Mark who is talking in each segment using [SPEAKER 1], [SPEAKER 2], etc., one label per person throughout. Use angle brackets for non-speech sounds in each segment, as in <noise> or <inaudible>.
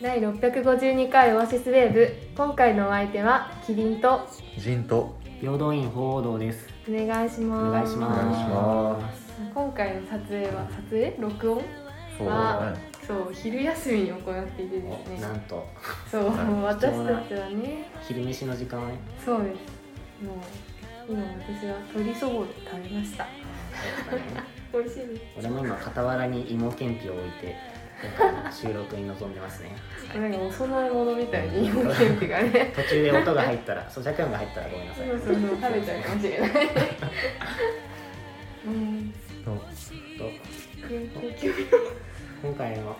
[SPEAKER 1] 第652回オアシスウェーブ今回のお相手はキリンと
[SPEAKER 2] 人と
[SPEAKER 3] 平等院鳳凰堂です
[SPEAKER 1] お願いし
[SPEAKER 3] お
[SPEAKER 1] ます
[SPEAKER 3] 願いします
[SPEAKER 2] お願いします
[SPEAKER 1] 今回の撮影は撮影録音
[SPEAKER 2] そうだね
[SPEAKER 1] そう昼休みに行っていてです
[SPEAKER 3] な
[SPEAKER 1] ね
[SPEAKER 3] んと
[SPEAKER 1] そう
[SPEAKER 2] はい
[SPEAKER 1] 私たちはね
[SPEAKER 3] 昼飯の時間
[SPEAKER 2] <laughs>
[SPEAKER 3] はね
[SPEAKER 1] そうですもう今私は鶏そぼろ食べました美味しいです
[SPEAKER 3] 俺も今傍らに芋けんぴを置いて今回の収録に臨んでますね
[SPEAKER 1] なんかお供え物みたいに芋 <laughs> けんぴがね
[SPEAKER 3] 途中で音が入っ
[SPEAKER 2] <laughs>
[SPEAKER 3] たら咀嚼音が入ったらごめんな
[SPEAKER 1] そ
[SPEAKER 3] さ
[SPEAKER 1] う
[SPEAKER 3] い
[SPEAKER 1] そうそう食べちゃうかもしれ <laughs> ないうん
[SPEAKER 2] そう
[SPEAKER 3] と
[SPEAKER 1] 研究
[SPEAKER 3] 今回の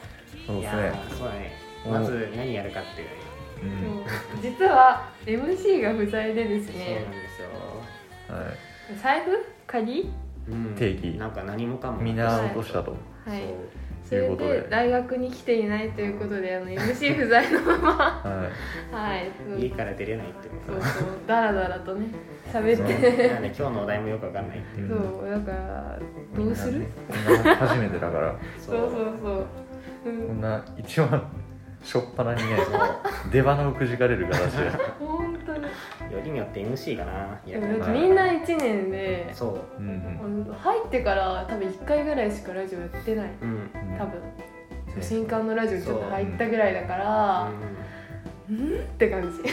[SPEAKER 2] そう
[SPEAKER 3] い
[SPEAKER 2] で
[SPEAKER 3] や
[SPEAKER 2] すね
[SPEAKER 3] ーそうだね
[SPEAKER 2] お
[SPEAKER 3] まず何やるかっていうね
[SPEAKER 2] う
[SPEAKER 1] そ
[SPEAKER 2] ん
[SPEAKER 1] う実は MC が不在でです
[SPEAKER 3] そう
[SPEAKER 1] ね
[SPEAKER 3] なんですよ
[SPEAKER 2] はい
[SPEAKER 1] 財布鍵
[SPEAKER 3] うん
[SPEAKER 2] 定義
[SPEAKER 3] なんか何もかも
[SPEAKER 2] みんな落としたと
[SPEAKER 1] はい
[SPEAKER 3] そう
[SPEAKER 1] それで大学に来ていないということであの MC 不在のま
[SPEAKER 2] <laughs>
[SPEAKER 1] ま
[SPEAKER 2] は
[SPEAKER 1] はいそう
[SPEAKER 3] 家から出れないって
[SPEAKER 1] そうそうダラダラとね喋っ
[SPEAKER 3] そう
[SPEAKER 1] て
[SPEAKER 3] なんで今日のお題もよくわかんない
[SPEAKER 2] い
[SPEAKER 1] そうだからどうする
[SPEAKER 2] みんな初めてだから
[SPEAKER 1] そうそうそううん
[SPEAKER 2] こんな一番初っ端にね出花をくじかれる形で
[SPEAKER 1] 本当に
[SPEAKER 3] よりによって MC かない
[SPEAKER 1] で
[SPEAKER 3] や
[SPEAKER 1] もだってみんな1年で
[SPEAKER 3] そ
[SPEAKER 2] う
[SPEAKER 3] う
[SPEAKER 2] んうん
[SPEAKER 1] 入ってから多分1回ぐらいしかラジオやってない
[SPEAKER 3] うん
[SPEAKER 1] 多分新刊のラジオちょっと入ったぐらいだか
[SPEAKER 3] う
[SPEAKER 1] ら
[SPEAKER 3] ん
[SPEAKER 1] うんって感じ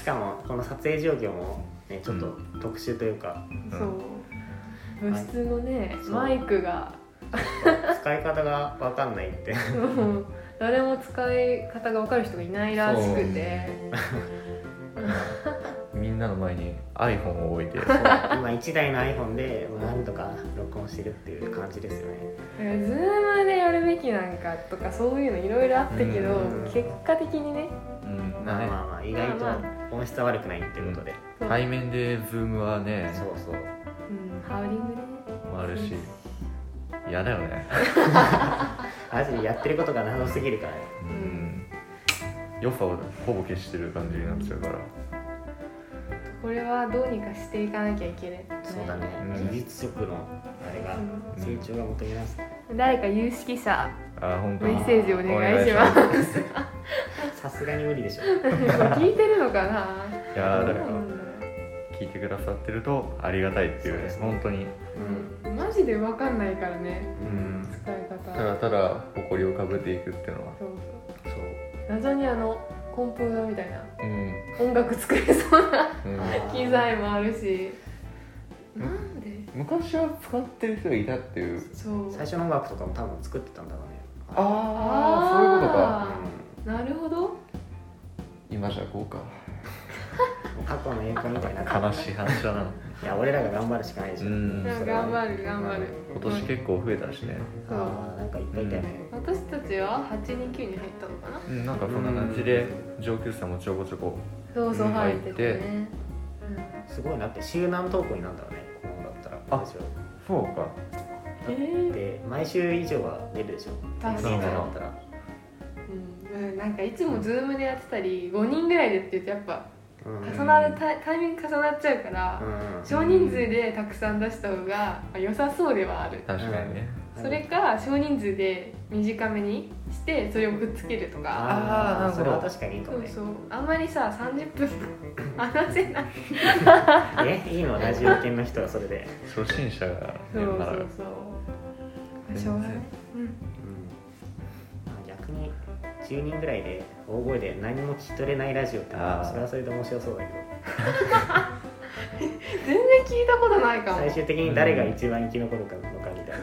[SPEAKER 3] しかもこの撮影状況も、ね、ちょっと特殊というか、 <laughs>
[SPEAKER 1] そう部室のね
[SPEAKER 3] そう
[SPEAKER 1] マイク
[SPEAKER 3] <laughs>
[SPEAKER 1] が
[SPEAKER 3] 使い方が分かんないって
[SPEAKER 1] <laughs> もう誰も使い方が分かる人がいないらしくて
[SPEAKER 2] みんなの前に iPhone を置いて
[SPEAKER 3] そう今1台の iPhone でまあなんとか録音してるっていう感じですよね
[SPEAKER 1] だからズームでやるべきなんかとかそういうのいろいろあったけど
[SPEAKER 3] うん
[SPEAKER 1] 結果的にね
[SPEAKER 2] うん
[SPEAKER 3] まあまあまあ意外
[SPEAKER 1] まあ
[SPEAKER 3] と音質は悪くないっていうことで、
[SPEAKER 1] そう
[SPEAKER 2] 対面で Zoom はね
[SPEAKER 3] そうそう
[SPEAKER 1] うんハウリングでね
[SPEAKER 2] 回るし嫌だよね
[SPEAKER 3] マジでやってることが謎すぎるからね
[SPEAKER 2] うん良さをほぼ消してる感じになっちゃうから
[SPEAKER 1] これはどうにかしていかなきゃいけない
[SPEAKER 3] そうだね、
[SPEAKER 2] うん
[SPEAKER 3] 技術職のあれが
[SPEAKER 1] うん
[SPEAKER 3] 成長が求められます、
[SPEAKER 1] 誰か有識者
[SPEAKER 2] あー本当
[SPEAKER 1] メ
[SPEAKER 2] に
[SPEAKER 1] ッセージお願いします
[SPEAKER 2] お願いし
[SPEAKER 3] さすがに無理でしょ
[SPEAKER 1] 聞いてるのかない
[SPEAKER 2] や
[SPEAKER 1] どう
[SPEAKER 2] ーだから
[SPEAKER 1] なんだろ
[SPEAKER 2] 聞いてくださってるとありがたいっていう
[SPEAKER 3] そうで
[SPEAKER 2] ね
[SPEAKER 3] すね
[SPEAKER 2] 本当に
[SPEAKER 3] うん
[SPEAKER 1] うねマジで分かんないからね
[SPEAKER 3] うん
[SPEAKER 1] 使い方
[SPEAKER 2] ただただ誇りをかぶっていくっていうのは
[SPEAKER 1] そう
[SPEAKER 3] そう
[SPEAKER 1] そう謎にあのコンポーザーみたいな
[SPEAKER 2] うん、
[SPEAKER 1] 音楽作れそうな
[SPEAKER 2] うん
[SPEAKER 3] あー
[SPEAKER 1] 機材もあるしなんで
[SPEAKER 2] 昔は使ってる人がいたっていう
[SPEAKER 1] そう
[SPEAKER 3] 最初の音楽とかも多分作ってたんだろうね
[SPEAKER 2] ああそういうことか
[SPEAKER 1] あなるほど
[SPEAKER 2] 今じゃこうか
[SPEAKER 3] うん過去の栄光みたいな
[SPEAKER 2] 悲しい話だな
[SPEAKER 3] いや俺らが頑張るしかないじゃん、
[SPEAKER 2] うん
[SPEAKER 1] なんか頑張る頑張る
[SPEAKER 2] <laughs> 今年結構増えたしね
[SPEAKER 1] そう
[SPEAKER 3] ああなんかいっぱいいたよね、
[SPEAKER 1] 私たちは829に入ったのかな
[SPEAKER 2] うんなんかそんな感じで上級生もちょこちょこ
[SPEAKER 1] そうそう
[SPEAKER 2] うん
[SPEAKER 1] 入っててね
[SPEAKER 3] すごいなって集団投稿になるんだろうねこのだったら
[SPEAKER 2] あ
[SPEAKER 3] ラジオ
[SPEAKER 2] そうか
[SPEAKER 1] うんええ
[SPEAKER 3] で毎週以上は出るでしょ
[SPEAKER 1] 確
[SPEAKER 2] かに
[SPEAKER 3] 年間だったら
[SPEAKER 1] うんうんなんかいつもズームでやってたり5人ぐらいでって言うとやっぱ
[SPEAKER 3] うん
[SPEAKER 1] 重なるタイタイミング重なっちゃうから
[SPEAKER 3] うん
[SPEAKER 1] 少人数でたくさん出した方がまあ良さそうではある
[SPEAKER 2] 確かにね
[SPEAKER 1] それか少人数で短めにしてそれをくっつけるとか
[SPEAKER 3] ああ
[SPEAKER 2] あーなるほど
[SPEAKER 3] それは確かにいいか
[SPEAKER 1] そ
[SPEAKER 3] も
[SPEAKER 1] う
[SPEAKER 3] ね
[SPEAKER 1] そうあんまりさ30分
[SPEAKER 3] <laughs>
[SPEAKER 1] 話せない
[SPEAKER 3] えいいのラジオ犬の人はそれで、
[SPEAKER 2] 初心者が
[SPEAKER 1] そう
[SPEAKER 2] や
[SPEAKER 1] そ
[SPEAKER 2] るなら
[SPEAKER 1] うそうしょうがない、
[SPEAKER 3] うんまあ逆に10人ぐらいで大声で何も聞き取れないラジオってのは
[SPEAKER 2] あー
[SPEAKER 3] それはそれで面白そうだけど
[SPEAKER 1] 全然聞いたことないかも
[SPEAKER 3] 最終的に誰が一番生き残るかのかみたいな、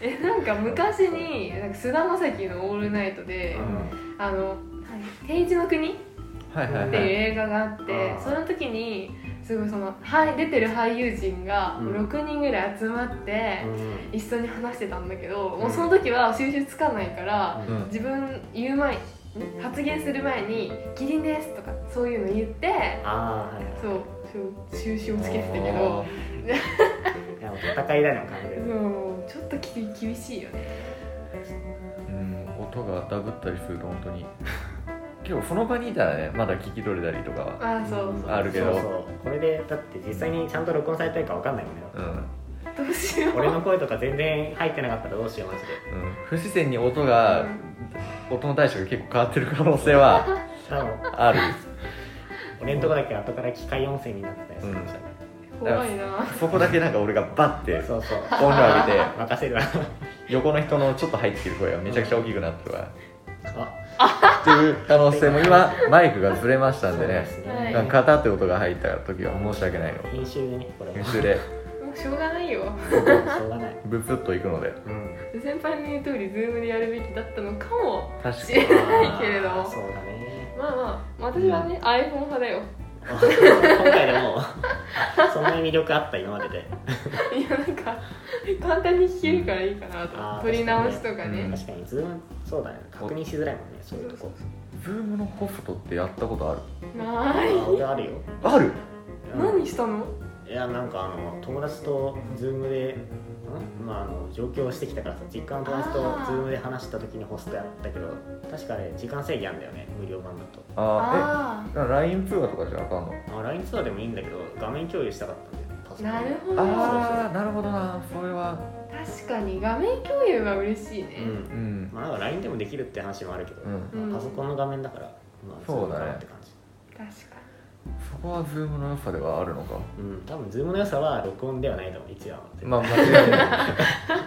[SPEAKER 1] えなんか昔になんか菅田将暉の「オールナイトで」
[SPEAKER 3] う
[SPEAKER 1] あの「天一の国」
[SPEAKER 2] はいはい
[SPEAKER 1] っ
[SPEAKER 2] は
[SPEAKER 1] ていう
[SPEAKER 2] い
[SPEAKER 1] 映画があって
[SPEAKER 3] あー
[SPEAKER 1] その時にすごいそのはい出てる俳優陣が
[SPEAKER 3] うん
[SPEAKER 1] 6人ぐらい集まって
[SPEAKER 3] うん
[SPEAKER 1] 一緒に話してたんだけど、
[SPEAKER 3] ん
[SPEAKER 1] もうその時は収集つかないから
[SPEAKER 2] うん
[SPEAKER 1] 自分言う前ん発言する前に「キリンです」とかそういうの言って
[SPEAKER 3] ああはいはい
[SPEAKER 1] そうそう収集をつけてたけど
[SPEAKER 3] いやもう戦いだね完全に
[SPEAKER 1] そうちょっとき厳しいよね
[SPEAKER 2] うん音がダブったりすると本当に <laughs> けどその場にいたらねまだ聞き取れたりとかは
[SPEAKER 1] ああそうそう
[SPEAKER 2] あるけど
[SPEAKER 3] そうそうこれでだって実際にちゃんと録音されてるかわかんないもんね
[SPEAKER 2] うん、うん、
[SPEAKER 1] どうしよう
[SPEAKER 3] 俺の声とか全然入ってなかったらどうしようマジで
[SPEAKER 2] 不自然に音が音の対象が結構変わってる可能性は
[SPEAKER 3] 多分
[SPEAKER 2] ある
[SPEAKER 3] 俺んとこだけ後から機械音声になってたりするんですよね、
[SPEAKER 1] 怖いな
[SPEAKER 2] そこだけなんか俺がバッて
[SPEAKER 3] そうそう
[SPEAKER 2] 音量上げて
[SPEAKER 3] 任
[SPEAKER 2] <laughs>
[SPEAKER 3] せるわ
[SPEAKER 2] 横の人のちょっと入ってる声がめちゃくちゃ大きくなってるわ
[SPEAKER 3] あ
[SPEAKER 2] っていう可能性も今マイクがずれましたんでね
[SPEAKER 3] そう
[SPEAKER 1] はい
[SPEAKER 2] なんかカタって音が入った時は申し訳ないの
[SPEAKER 3] 編集でねこれ
[SPEAKER 2] 編
[SPEAKER 3] は
[SPEAKER 2] 集で
[SPEAKER 1] もうしょうがないよ
[SPEAKER 3] そうしょうがない
[SPEAKER 2] ブツッといくので
[SPEAKER 3] うん
[SPEAKER 1] 先輩の言う通りズームでやるべきだったのかも
[SPEAKER 2] 確か
[SPEAKER 1] し
[SPEAKER 2] に
[SPEAKER 1] れないけれど
[SPEAKER 3] あー
[SPEAKER 1] も
[SPEAKER 3] そうだね
[SPEAKER 1] まあまあ私はね、iPhone 派だよ <laughs>
[SPEAKER 3] あ今回でもそんなに魅力あった今までで
[SPEAKER 1] いやなんか簡単に聞けるからいいかなと
[SPEAKER 3] あー
[SPEAKER 1] 撮り直しとかね、
[SPEAKER 2] うん
[SPEAKER 3] 確かにズームそうだね確認しづらいもんねそういうとこ
[SPEAKER 2] ズームのホストってやったことある
[SPEAKER 1] な
[SPEAKER 3] あ
[SPEAKER 1] ーい
[SPEAKER 3] ー俺あるよ
[SPEAKER 2] ある
[SPEAKER 1] 何したの
[SPEAKER 3] いやなんかあの友達と Zoom で、んまあ、あの上京してきたからさ実家の友達と
[SPEAKER 1] あー
[SPEAKER 3] Zoom で話した時にホストやったけど確かあれ時間制限あんだよね無料版だと
[SPEAKER 2] あ
[SPEAKER 1] あ
[SPEAKER 2] ーえ LINE 通話とかじゃあかんの
[SPEAKER 3] あ LINE ツアーでもいいんだけど画面共有したかったんだよパ
[SPEAKER 1] あ
[SPEAKER 3] ソコン
[SPEAKER 1] なるほど
[SPEAKER 2] ああなるほどなそれは
[SPEAKER 1] 確かに画面共有は嬉しいね、
[SPEAKER 3] う
[SPEAKER 2] うんん
[SPEAKER 3] まあなんか LINE でもできるって話もあるけど、
[SPEAKER 2] うん
[SPEAKER 1] うん
[SPEAKER 3] まあパソコンの画面だから、まあ、
[SPEAKER 2] そうだね
[SPEAKER 3] Zoom かなって感じ
[SPEAKER 1] 確か
[SPEAKER 2] そこはズームの良さではあるのか
[SPEAKER 3] うん多分 Zoom の良さは録音ではないと思う一番は
[SPEAKER 2] まあ間違いない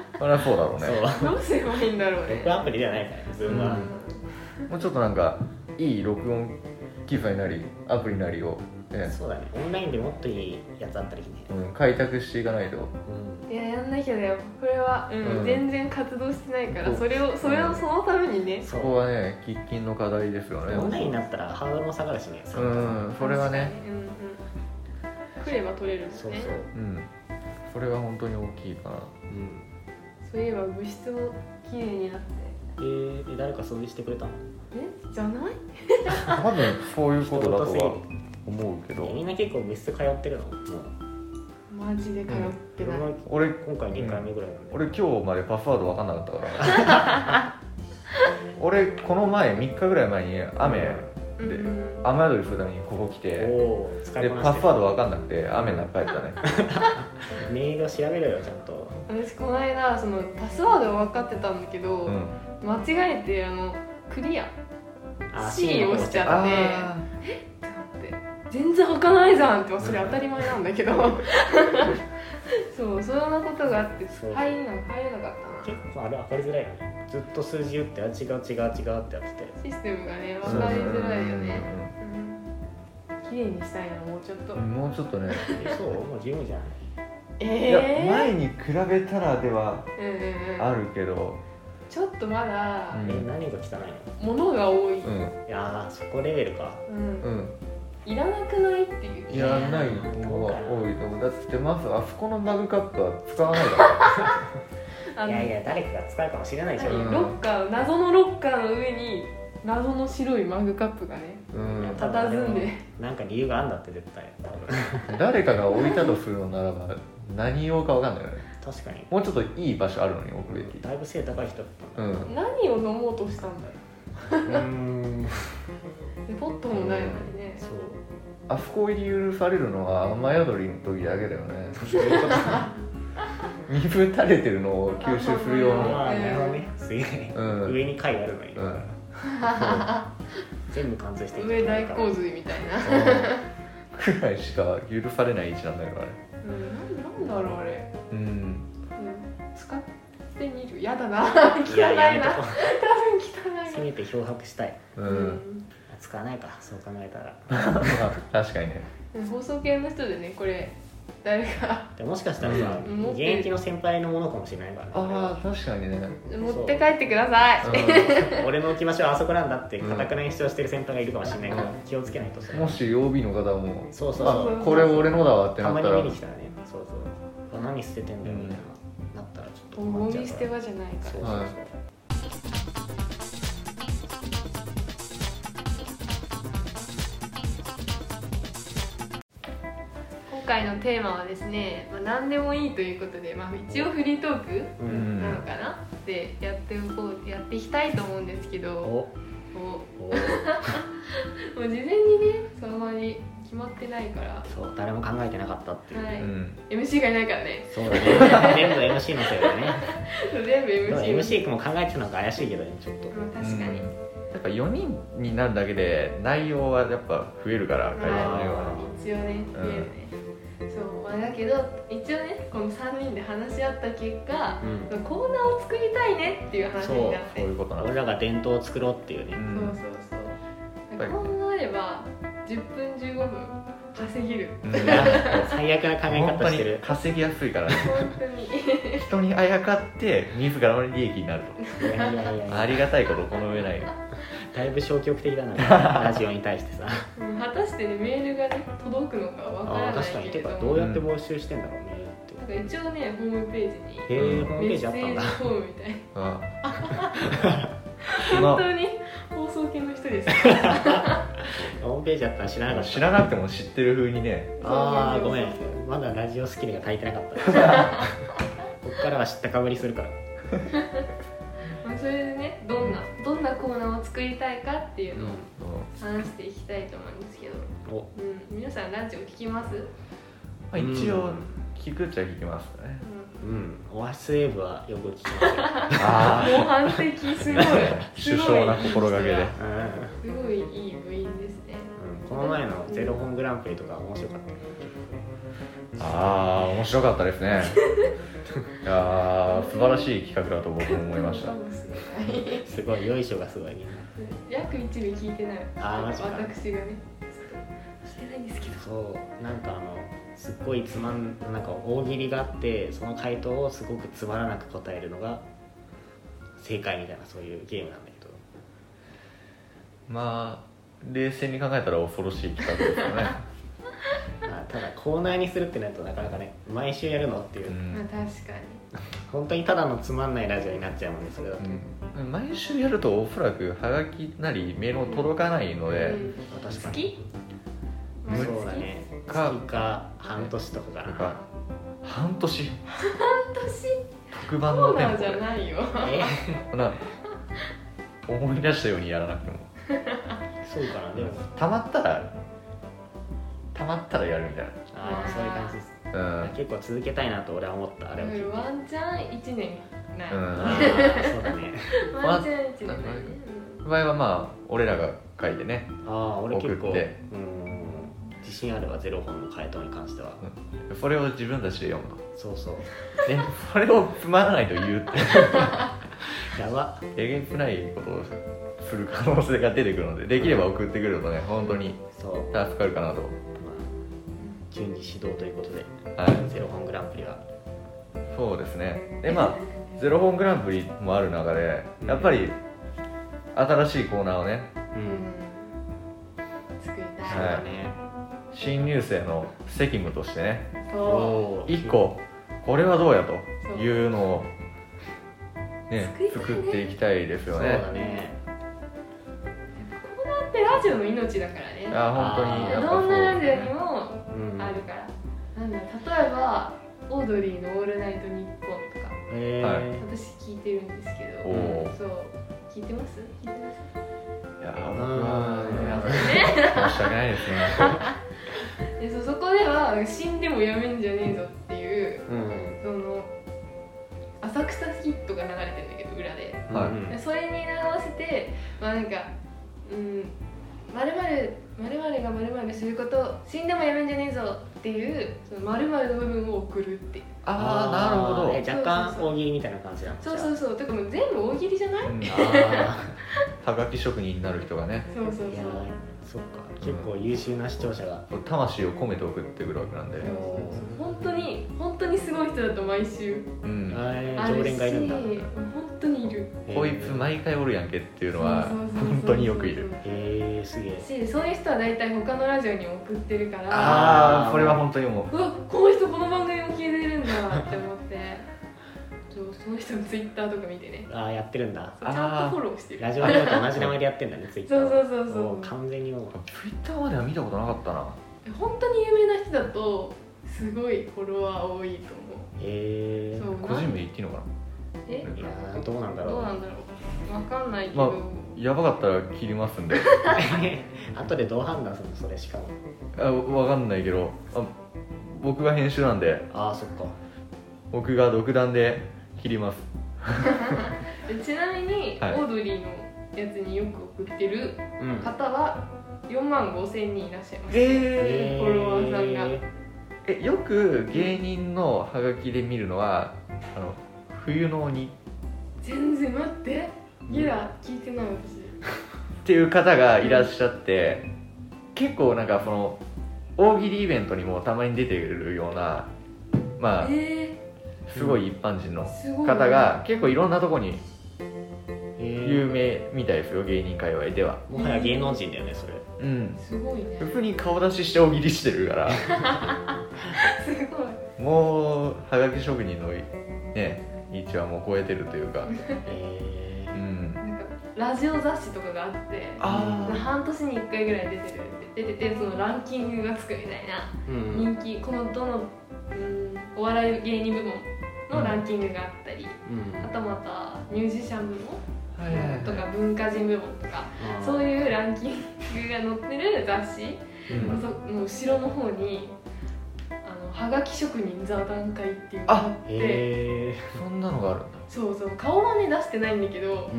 [SPEAKER 2] <laughs> それはそうだろう
[SPEAKER 3] そ
[SPEAKER 2] ね
[SPEAKER 3] う
[SPEAKER 1] にどうすればいいんだろうね
[SPEAKER 3] 録音アプリではないから Zoom は、
[SPEAKER 2] もうちょっとなんかいい録音機材なりアプリなりを、ね
[SPEAKER 3] そうだねオンラインでもっといいやつあったらいいね
[SPEAKER 2] うん、開拓していかないと
[SPEAKER 3] うん
[SPEAKER 1] いややんなきゃだよこれは、うん
[SPEAKER 2] うん
[SPEAKER 1] 全然活動してないから
[SPEAKER 2] そう
[SPEAKER 1] それをそれをそのためにね
[SPEAKER 2] そこはね喫緊の課題ですよね
[SPEAKER 3] オンラインになったらハードルも下がるしね、参
[SPEAKER 2] う
[SPEAKER 3] 加が
[SPEAKER 2] んそれはね
[SPEAKER 1] 確かにうんうん、来れば取れるもんね
[SPEAKER 3] そ
[SPEAKER 1] そうう
[SPEAKER 3] そう、
[SPEAKER 2] うんそれは本当に大きいかな
[SPEAKER 3] うん、
[SPEAKER 1] いえば物質も綺麗になって
[SPEAKER 3] えー、で誰か掃除してくれたの
[SPEAKER 1] えじゃない
[SPEAKER 2] 多分そういうことだと
[SPEAKER 3] 人
[SPEAKER 2] は
[SPEAKER 3] ごと
[SPEAKER 2] 思うけ <laughs>
[SPEAKER 3] えみ
[SPEAKER 2] ど
[SPEAKER 3] んな結構物質通ってるのもう
[SPEAKER 1] マジで通ってない、
[SPEAKER 3] 俺
[SPEAKER 2] 俺
[SPEAKER 3] 今回2回目ぐらいなんで、
[SPEAKER 2] 俺今日までパスワード分かんなかったからね
[SPEAKER 1] <laughs>
[SPEAKER 2] 俺この前3日ぐらい前に雨
[SPEAKER 1] うん
[SPEAKER 2] で
[SPEAKER 1] うん
[SPEAKER 2] 雨宿りするためにここ来て
[SPEAKER 3] おおー使
[SPEAKER 2] で
[SPEAKER 3] いこ
[SPEAKER 2] パ
[SPEAKER 3] なし
[SPEAKER 2] ス
[SPEAKER 3] て
[SPEAKER 2] ワード分かんなくて雨になっ帰っ
[SPEAKER 1] <laughs>
[SPEAKER 2] たね
[SPEAKER 3] るメールを調べろよちゃんと
[SPEAKER 1] 私この間そのパスワード分かってたんだけど、
[SPEAKER 2] うん
[SPEAKER 1] 間違えてあのクリア
[SPEAKER 3] あ
[SPEAKER 1] C を押しちゃ
[SPEAKER 2] あ
[SPEAKER 1] って
[SPEAKER 2] あ
[SPEAKER 1] ってなって全然開かないじゃんってそれ当たり前なんだ
[SPEAKER 2] <laughs>
[SPEAKER 1] けどそうそんなことがあって
[SPEAKER 3] そう
[SPEAKER 1] 入んな入れなかったな
[SPEAKER 3] 結構あれ分かりづらいよねずっと数字打ってあ違う違う違うってやってて
[SPEAKER 1] システムがね
[SPEAKER 2] ー
[SPEAKER 1] 分かりづらいよね
[SPEAKER 2] うん
[SPEAKER 1] うん綺麗にしたいなもうちょっと、
[SPEAKER 2] もうちょっとね、
[SPEAKER 3] えそうもう十分じゃない
[SPEAKER 2] いや
[SPEAKER 1] ええ
[SPEAKER 2] 前に比べたらでは
[SPEAKER 1] ー、うんうんう
[SPEAKER 2] あ
[SPEAKER 1] ん
[SPEAKER 2] るけど、
[SPEAKER 1] ちょっとまだ
[SPEAKER 2] うん
[SPEAKER 3] え何が汚い
[SPEAKER 1] 物が多い、う
[SPEAKER 2] うんん、
[SPEAKER 3] のいやーそこレベルか
[SPEAKER 2] う、
[SPEAKER 1] いらなくないっていうん
[SPEAKER 2] やらないのが多いと思う。だってまずあそこのマグカップは使わない
[SPEAKER 1] <laughs>
[SPEAKER 2] か
[SPEAKER 1] あ
[SPEAKER 3] い
[SPEAKER 1] の
[SPEAKER 3] やいや誰かが使うかもしれないじゃん、
[SPEAKER 2] うん
[SPEAKER 1] ロッカー謎のロッカーの上に謎の白いマグカップがね
[SPEAKER 2] ら。うん、
[SPEAKER 1] 佇んで
[SPEAKER 3] なんか理由があるんだって絶対 <laughs> 多分
[SPEAKER 2] 誰かが置いたとするのならば何用かわかんないよね。
[SPEAKER 3] 確かに
[SPEAKER 2] もうちょっといい場所あるのに置くべき。
[SPEAKER 3] だいぶ背高い人だった
[SPEAKER 2] うん
[SPEAKER 3] だ、
[SPEAKER 2] ん、
[SPEAKER 1] 何を飲もうとしたんだよ
[SPEAKER 3] うん
[SPEAKER 1] でポットもないのにね
[SPEAKER 3] そう
[SPEAKER 2] あそこ入り許されるのは雨宿りの時だけだよね。
[SPEAKER 3] そういうこと
[SPEAKER 2] 水垂れてるのを吸収する用の。
[SPEAKER 3] まあなるほどねすげえ
[SPEAKER 2] うん、うん、
[SPEAKER 3] 上に階あるのに、
[SPEAKER 2] そう
[SPEAKER 3] 全部貫通して
[SPEAKER 1] 上大洪
[SPEAKER 3] 水
[SPEAKER 1] 水みたいな、
[SPEAKER 2] くらいしか許されない位置なんだからあれ。
[SPEAKER 1] うん、なんなんだろうあれ、
[SPEAKER 2] うん。
[SPEAKER 1] うん、使ってみるやだな汚い
[SPEAKER 3] いややめ
[SPEAKER 1] な
[SPEAKER 3] と
[SPEAKER 1] 多
[SPEAKER 3] こうせ
[SPEAKER 1] 分汚い
[SPEAKER 3] めて漂白したい
[SPEAKER 2] うん
[SPEAKER 1] な、うん
[SPEAKER 3] 使わないかそう考えたら
[SPEAKER 2] まあ確かにね
[SPEAKER 1] 放送系の人でねこれ誰か
[SPEAKER 3] でもしかしたらさ、
[SPEAKER 1] うん
[SPEAKER 3] 現役の先輩のものかもしれないからね
[SPEAKER 2] ああ確かにね、
[SPEAKER 1] 持って帰ってください
[SPEAKER 3] 俺の置き場所はあそこなんだってかたくなに主張してる先輩がいるかもしれないから、
[SPEAKER 2] う
[SPEAKER 3] 気をつけないとそれ
[SPEAKER 2] もし OB の方も
[SPEAKER 3] そうそう
[SPEAKER 2] あ
[SPEAKER 3] そう
[SPEAKER 2] これ俺のだわって
[SPEAKER 3] た
[SPEAKER 2] な
[SPEAKER 3] ま
[SPEAKER 2] った
[SPEAKER 3] に
[SPEAKER 2] ら
[SPEAKER 3] 見に来たらねそうそうあ何捨ててんだよみたいな、なったらちょっと困
[SPEAKER 1] ゴ
[SPEAKER 3] っちゃ
[SPEAKER 1] ミ
[SPEAKER 3] う
[SPEAKER 1] 捨
[SPEAKER 3] か
[SPEAKER 1] て
[SPEAKER 3] ら
[SPEAKER 1] 場じゃないか
[SPEAKER 3] そうそうそう、
[SPEAKER 2] はい
[SPEAKER 1] ら今回のテーマはですね、まあ、何でもいいということで、まあ、一応フリートーク
[SPEAKER 3] う
[SPEAKER 2] うん
[SPEAKER 3] ん
[SPEAKER 1] なのかな、でやっておこうやっていきたいと思うんですけど
[SPEAKER 3] お
[SPEAKER 1] こ
[SPEAKER 3] お
[SPEAKER 1] うもう事前にねそんなに決決まってないから
[SPEAKER 3] そう誰も考えてなかったっていう、
[SPEAKER 1] は
[SPEAKER 2] う
[SPEAKER 1] い
[SPEAKER 2] ん
[SPEAKER 1] MC がいないからね
[SPEAKER 3] そうだね全部 MC のせい
[SPEAKER 1] <laughs>
[SPEAKER 3] だね
[SPEAKER 1] 全部
[SPEAKER 3] でも
[SPEAKER 1] MC
[SPEAKER 3] MC も考えてるのが怪しいけどねちょっと
[SPEAKER 1] うん確かに、
[SPEAKER 2] うんやっぱ4人になるだけで内容はやっぱ増えるから会話の内容が
[SPEAKER 1] 一応ね
[SPEAKER 2] うん
[SPEAKER 1] 増えるね、そうまあだけど一応ねこの3人で話し合った結果
[SPEAKER 3] うん
[SPEAKER 1] コーナーを作りたいねっていう話になって
[SPEAKER 2] そういうことなん
[SPEAKER 3] 俺
[SPEAKER 2] だ
[SPEAKER 3] らが伝統を作ろうっていうね、
[SPEAKER 1] そうそうそう
[SPEAKER 2] ぱり
[SPEAKER 1] こんなあれば10分15分稼げる
[SPEAKER 2] うん
[SPEAKER 3] いや最悪な考
[SPEAKER 2] <laughs>
[SPEAKER 3] え
[SPEAKER 2] 本当
[SPEAKER 3] 方して
[SPEAKER 2] に
[SPEAKER 3] る
[SPEAKER 2] 稼ぎやすいからね
[SPEAKER 1] 本当に
[SPEAKER 2] 人にあやかって自らの利益になる
[SPEAKER 3] いやいやい
[SPEAKER 2] と
[SPEAKER 3] や
[SPEAKER 2] ありがたいことこの上ない
[SPEAKER 3] だいぶ消極的だ
[SPEAKER 2] <laughs>
[SPEAKER 3] なラジオに対してさ
[SPEAKER 1] うん果たしてねメールがね届くのかわから
[SPEAKER 3] あー
[SPEAKER 1] ない
[SPEAKER 3] 確かに
[SPEAKER 1] け
[SPEAKER 3] て
[SPEAKER 1] れど
[SPEAKER 3] か
[SPEAKER 1] も
[SPEAKER 3] どうやって募集してんだろうねって
[SPEAKER 1] なんか一応ねホームページに
[SPEAKER 3] へえ
[SPEAKER 2] うん
[SPEAKER 3] ホーム
[SPEAKER 1] メッ
[SPEAKER 3] ページ
[SPEAKER 1] セ
[SPEAKER 3] あった
[SPEAKER 1] ー
[SPEAKER 3] ん
[SPEAKER 1] ジ
[SPEAKER 3] だ
[SPEAKER 1] フォームみた
[SPEAKER 3] <laughs>
[SPEAKER 1] い
[SPEAKER 2] あ
[SPEAKER 1] な
[SPEAKER 2] <laughs> まあ
[SPEAKER 1] 本当に放送系の人です
[SPEAKER 3] ホームページあったら知らなかった
[SPEAKER 2] 知らなくても知ってる風にね
[SPEAKER 3] ああごめんまだラジオスキルが足りてなか <laughs> ったこっからは知ったかぶりするから
[SPEAKER 1] まあそれでねどんなどんなコーナーを作りたいかっていうのを
[SPEAKER 2] うん
[SPEAKER 1] 話していきたいと思うんですけど、
[SPEAKER 3] お
[SPEAKER 1] うん、皆さんラジオ聞きます、うん
[SPEAKER 2] まあ一応聞くっちゃ聞きますね
[SPEAKER 3] うんオアシスウェーブはよく聞きますよ、
[SPEAKER 2] あ
[SPEAKER 1] 模範的すごい
[SPEAKER 2] 首相な心がけで
[SPEAKER 3] うん
[SPEAKER 1] すごいいい部員ですね
[SPEAKER 3] うん、この前のゼロ本グランプリとか面白かったね
[SPEAKER 2] ああ面白かったです <laughs> ねいやー素晴らしい企画だと僕も思いました
[SPEAKER 1] かもしれない
[SPEAKER 3] すごいよいしょがすごいみんな
[SPEAKER 1] 約一部聞いてない
[SPEAKER 3] あーマジか
[SPEAKER 1] 私がねちょっとしてないんですけど
[SPEAKER 3] そうなんかあのすっごいつまんなんか大喜利があってその回答をすごくつまらなく答えるのが正解みたいなそういうゲームなんだけど
[SPEAKER 2] まあ冷静に考えたら恐ろしい企画ですよ <laughs> ね、
[SPEAKER 3] まあ、ただコーナーにするってなるとなかなかね毎週やるのっていうう、
[SPEAKER 1] まあ
[SPEAKER 2] ん
[SPEAKER 1] 確かに
[SPEAKER 3] 本当にただのつまんないラジオになっちゃうもんねそれだ
[SPEAKER 2] う
[SPEAKER 3] と、
[SPEAKER 2] ん毎週やるとおそらくはがきなりメールも届かないので、
[SPEAKER 1] うん
[SPEAKER 3] 確か
[SPEAKER 1] 好
[SPEAKER 3] に
[SPEAKER 1] き
[SPEAKER 2] うん
[SPEAKER 1] 毎月
[SPEAKER 3] そうだね
[SPEAKER 2] か
[SPEAKER 3] 月か半年とか
[SPEAKER 2] なん
[SPEAKER 3] か
[SPEAKER 2] か半年
[SPEAKER 1] 私
[SPEAKER 2] 特番
[SPEAKER 1] コー
[SPEAKER 2] の店
[SPEAKER 1] ナー
[SPEAKER 2] 舗
[SPEAKER 1] じゃ
[SPEAKER 2] で
[SPEAKER 1] ないよ
[SPEAKER 3] なえ
[SPEAKER 2] な思い出したようにやらなくても
[SPEAKER 3] そうかなでも
[SPEAKER 2] たまったらたまったらやるみたい
[SPEAKER 3] ああそういう感じです
[SPEAKER 2] な
[SPEAKER 3] 結構続けたいなと俺は思ったあれを聞いて、
[SPEAKER 1] うん
[SPEAKER 3] あ
[SPEAKER 1] ワンチャン一年ない、
[SPEAKER 2] うん、うん、
[SPEAKER 3] あーそうだね
[SPEAKER 1] ワンチャン一年ないね
[SPEAKER 2] ま場合はまあ俺らが書いてね
[SPEAKER 3] ああ俺結構
[SPEAKER 2] 送って
[SPEAKER 3] うん自信あるわゼロ本の回答に関しては
[SPEAKER 2] それを自分たちで読むと
[SPEAKER 3] そうそう
[SPEAKER 2] でそれをつまらないと言うっ
[SPEAKER 3] やば
[SPEAKER 2] てえげつないことをする可能性が出てくるのでできれば送ってくれるとね本当に
[SPEAKER 3] そう、ま
[SPEAKER 2] 助かるかなと
[SPEAKER 3] あ、順に指導ということで
[SPEAKER 2] はい
[SPEAKER 3] ゼロ本グランプリは
[SPEAKER 2] そうですねでまあゼロ本グランプリもある中でやっぱり新しいコーナーをね
[SPEAKER 3] う
[SPEAKER 1] うんん作り
[SPEAKER 3] そ
[SPEAKER 1] た
[SPEAKER 3] う
[SPEAKER 1] い、
[SPEAKER 3] だね、
[SPEAKER 2] 新入生の責務としてね
[SPEAKER 1] そう
[SPEAKER 3] ー
[SPEAKER 2] 1個これはどうやというのをね
[SPEAKER 1] 作
[SPEAKER 2] 作
[SPEAKER 1] りたいね
[SPEAKER 2] っていきたいです
[SPEAKER 3] そう
[SPEAKER 2] よ
[SPEAKER 3] だ
[SPEAKER 2] ね
[SPEAKER 3] ね
[SPEAKER 1] コーナーってラジオの命だからね
[SPEAKER 2] あ本当に
[SPEAKER 3] ー
[SPEAKER 2] やっぱ
[SPEAKER 1] ど
[SPEAKER 2] そ
[SPEAKER 1] ん
[SPEAKER 2] う
[SPEAKER 1] な
[SPEAKER 2] で
[SPEAKER 1] ラ
[SPEAKER 2] す
[SPEAKER 1] ジオ
[SPEAKER 2] ね
[SPEAKER 1] にも
[SPEAKER 3] うん
[SPEAKER 1] あるから、なんだろう例えばオードリーの「オールナイトニッポン」とか
[SPEAKER 3] えー
[SPEAKER 2] はい
[SPEAKER 1] 私聞いてるんですけ
[SPEAKER 2] お
[SPEAKER 1] ど
[SPEAKER 2] お
[SPEAKER 1] そう聞いてます聞いてます
[SPEAKER 2] いや僕
[SPEAKER 3] うん
[SPEAKER 2] は
[SPEAKER 1] <laughs>
[SPEAKER 2] 申し訳ないですね
[SPEAKER 1] でそそこでは死んでもやめんじゃねえぞっていう
[SPEAKER 3] うん
[SPEAKER 1] その浅草キットが流れてるんだけど裏で
[SPEAKER 2] はい
[SPEAKER 1] でそれに合わせてまあなんかうんまるまるまるまるがまるまるすること死んでもやめんじゃねえぞっていうそのまるまるの部分を送るっていう
[SPEAKER 2] ああなるほど
[SPEAKER 3] え若
[SPEAKER 1] そうそ
[SPEAKER 3] 干
[SPEAKER 1] うそう
[SPEAKER 3] 大喜利みたいな感じなの
[SPEAKER 1] そうそうそうてかもう全部大喜利じゃない
[SPEAKER 2] うん
[SPEAKER 3] あ
[SPEAKER 2] はがき職人になる人がね
[SPEAKER 1] そうそうそ
[SPEAKER 3] あ
[SPEAKER 1] う
[SPEAKER 3] いやーそっか結構優秀な視聴者が
[SPEAKER 2] 魂を込めて送ってくるわけなんで
[SPEAKER 1] そうそうそう本当に本当にすごい人だと毎週
[SPEAKER 2] うん
[SPEAKER 3] え
[SPEAKER 1] あ
[SPEAKER 3] ー常
[SPEAKER 1] るし
[SPEAKER 3] 連がいるんだ
[SPEAKER 1] 本当にいる
[SPEAKER 2] こいつ毎回おるやんけっていうのは
[SPEAKER 1] そうそうそうそう
[SPEAKER 2] 本当によくいる
[SPEAKER 3] えー、すげえ
[SPEAKER 1] しそういう人は大体他のラジオにも送ってるから
[SPEAKER 2] ああそれは本当にも
[SPEAKER 1] うわこの人この番組も聞いてるんだって思ってそうその人のツイッターとか見てね
[SPEAKER 3] ああやってるんだ
[SPEAKER 1] そうちゃんとフォローしてる
[SPEAKER 3] ラジオネームと同じ名前でやって
[SPEAKER 2] <laughs>
[SPEAKER 3] んだねツイッタ
[SPEAKER 1] そ
[SPEAKER 3] ー
[SPEAKER 1] うそうそうそ
[SPEAKER 3] もう
[SPEAKER 1] う
[SPEAKER 3] 完全にも
[SPEAKER 2] うツイッターまでは見たことなかったな
[SPEAKER 1] 本当に有名な人だとすごいフォロワー多いと思
[SPEAKER 3] えー、
[SPEAKER 1] うそう
[SPEAKER 2] 個人
[SPEAKER 1] な
[SPEAKER 2] 名言っていいのかな
[SPEAKER 1] え
[SPEAKER 3] いやーどうなんだろう
[SPEAKER 1] どうなんだろうわかんないけ
[SPEAKER 2] まあ
[SPEAKER 1] ど、
[SPEAKER 2] やばかったら切りますんで
[SPEAKER 3] <laughs> 後でどう判断するのそれしかも
[SPEAKER 2] あわかんないけどあ僕が編集なんで
[SPEAKER 3] ああそっか
[SPEAKER 2] 僕が独断で切ります
[SPEAKER 1] でちなみに、
[SPEAKER 2] はい
[SPEAKER 1] オードリーのやつによく送ってる
[SPEAKER 3] うん
[SPEAKER 1] 方は4万5千人いらっしゃいます
[SPEAKER 2] え
[SPEAKER 1] フォロワーさんが
[SPEAKER 3] え
[SPEAKER 2] えよく芸人のハガキで見るのはあの冬の鬼っ
[SPEAKER 1] 全然待ってギラ聞いてない私
[SPEAKER 2] ていう方がいらっしゃって結構なんかその大喜利イベントにもたまに出てるようなまあ
[SPEAKER 1] え
[SPEAKER 2] すごい一般人の
[SPEAKER 1] ー、すごい
[SPEAKER 2] 方が結構いろんなとこに
[SPEAKER 3] えー
[SPEAKER 2] 有名みたいですよ芸人界隈では
[SPEAKER 3] もはや芸能人だよねそ
[SPEAKER 1] <laughs>
[SPEAKER 3] れ
[SPEAKER 2] うん
[SPEAKER 1] すごいね
[SPEAKER 2] 普通に顔出しして大喜利してるから <laughs>
[SPEAKER 1] すごい
[SPEAKER 2] もうハガキ職人のね位置はもう超えてるというか
[SPEAKER 3] え
[SPEAKER 2] うん
[SPEAKER 1] なんかラジオ雑誌とかがあって
[SPEAKER 2] あー
[SPEAKER 1] 半年に1回ぐらい出てる出ててそのランキングがつくみたいな
[SPEAKER 3] ーうん
[SPEAKER 1] 人気このどの、うん、お笑い芸人部門のランキングがあったり、
[SPEAKER 3] うん
[SPEAKER 1] はたまたミュージシャン部
[SPEAKER 2] はいはいは
[SPEAKER 1] 門と
[SPEAKER 2] い
[SPEAKER 1] か文化人部門とかそう
[SPEAKER 3] う
[SPEAKER 1] いうランキングが載ってる雑誌
[SPEAKER 2] うん
[SPEAKER 1] その後ろの方にあの「はがき職人座談会」っていうのがあ
[SPEAKER 2] あ
[SPEAKER 1] って、
[SPEAKER 3] え
[SPEAKER 2] そんなのがあるんだ
[SPEAKER 1] そうそう顔はね出してないんだけど
[SPEAKER 3] ー、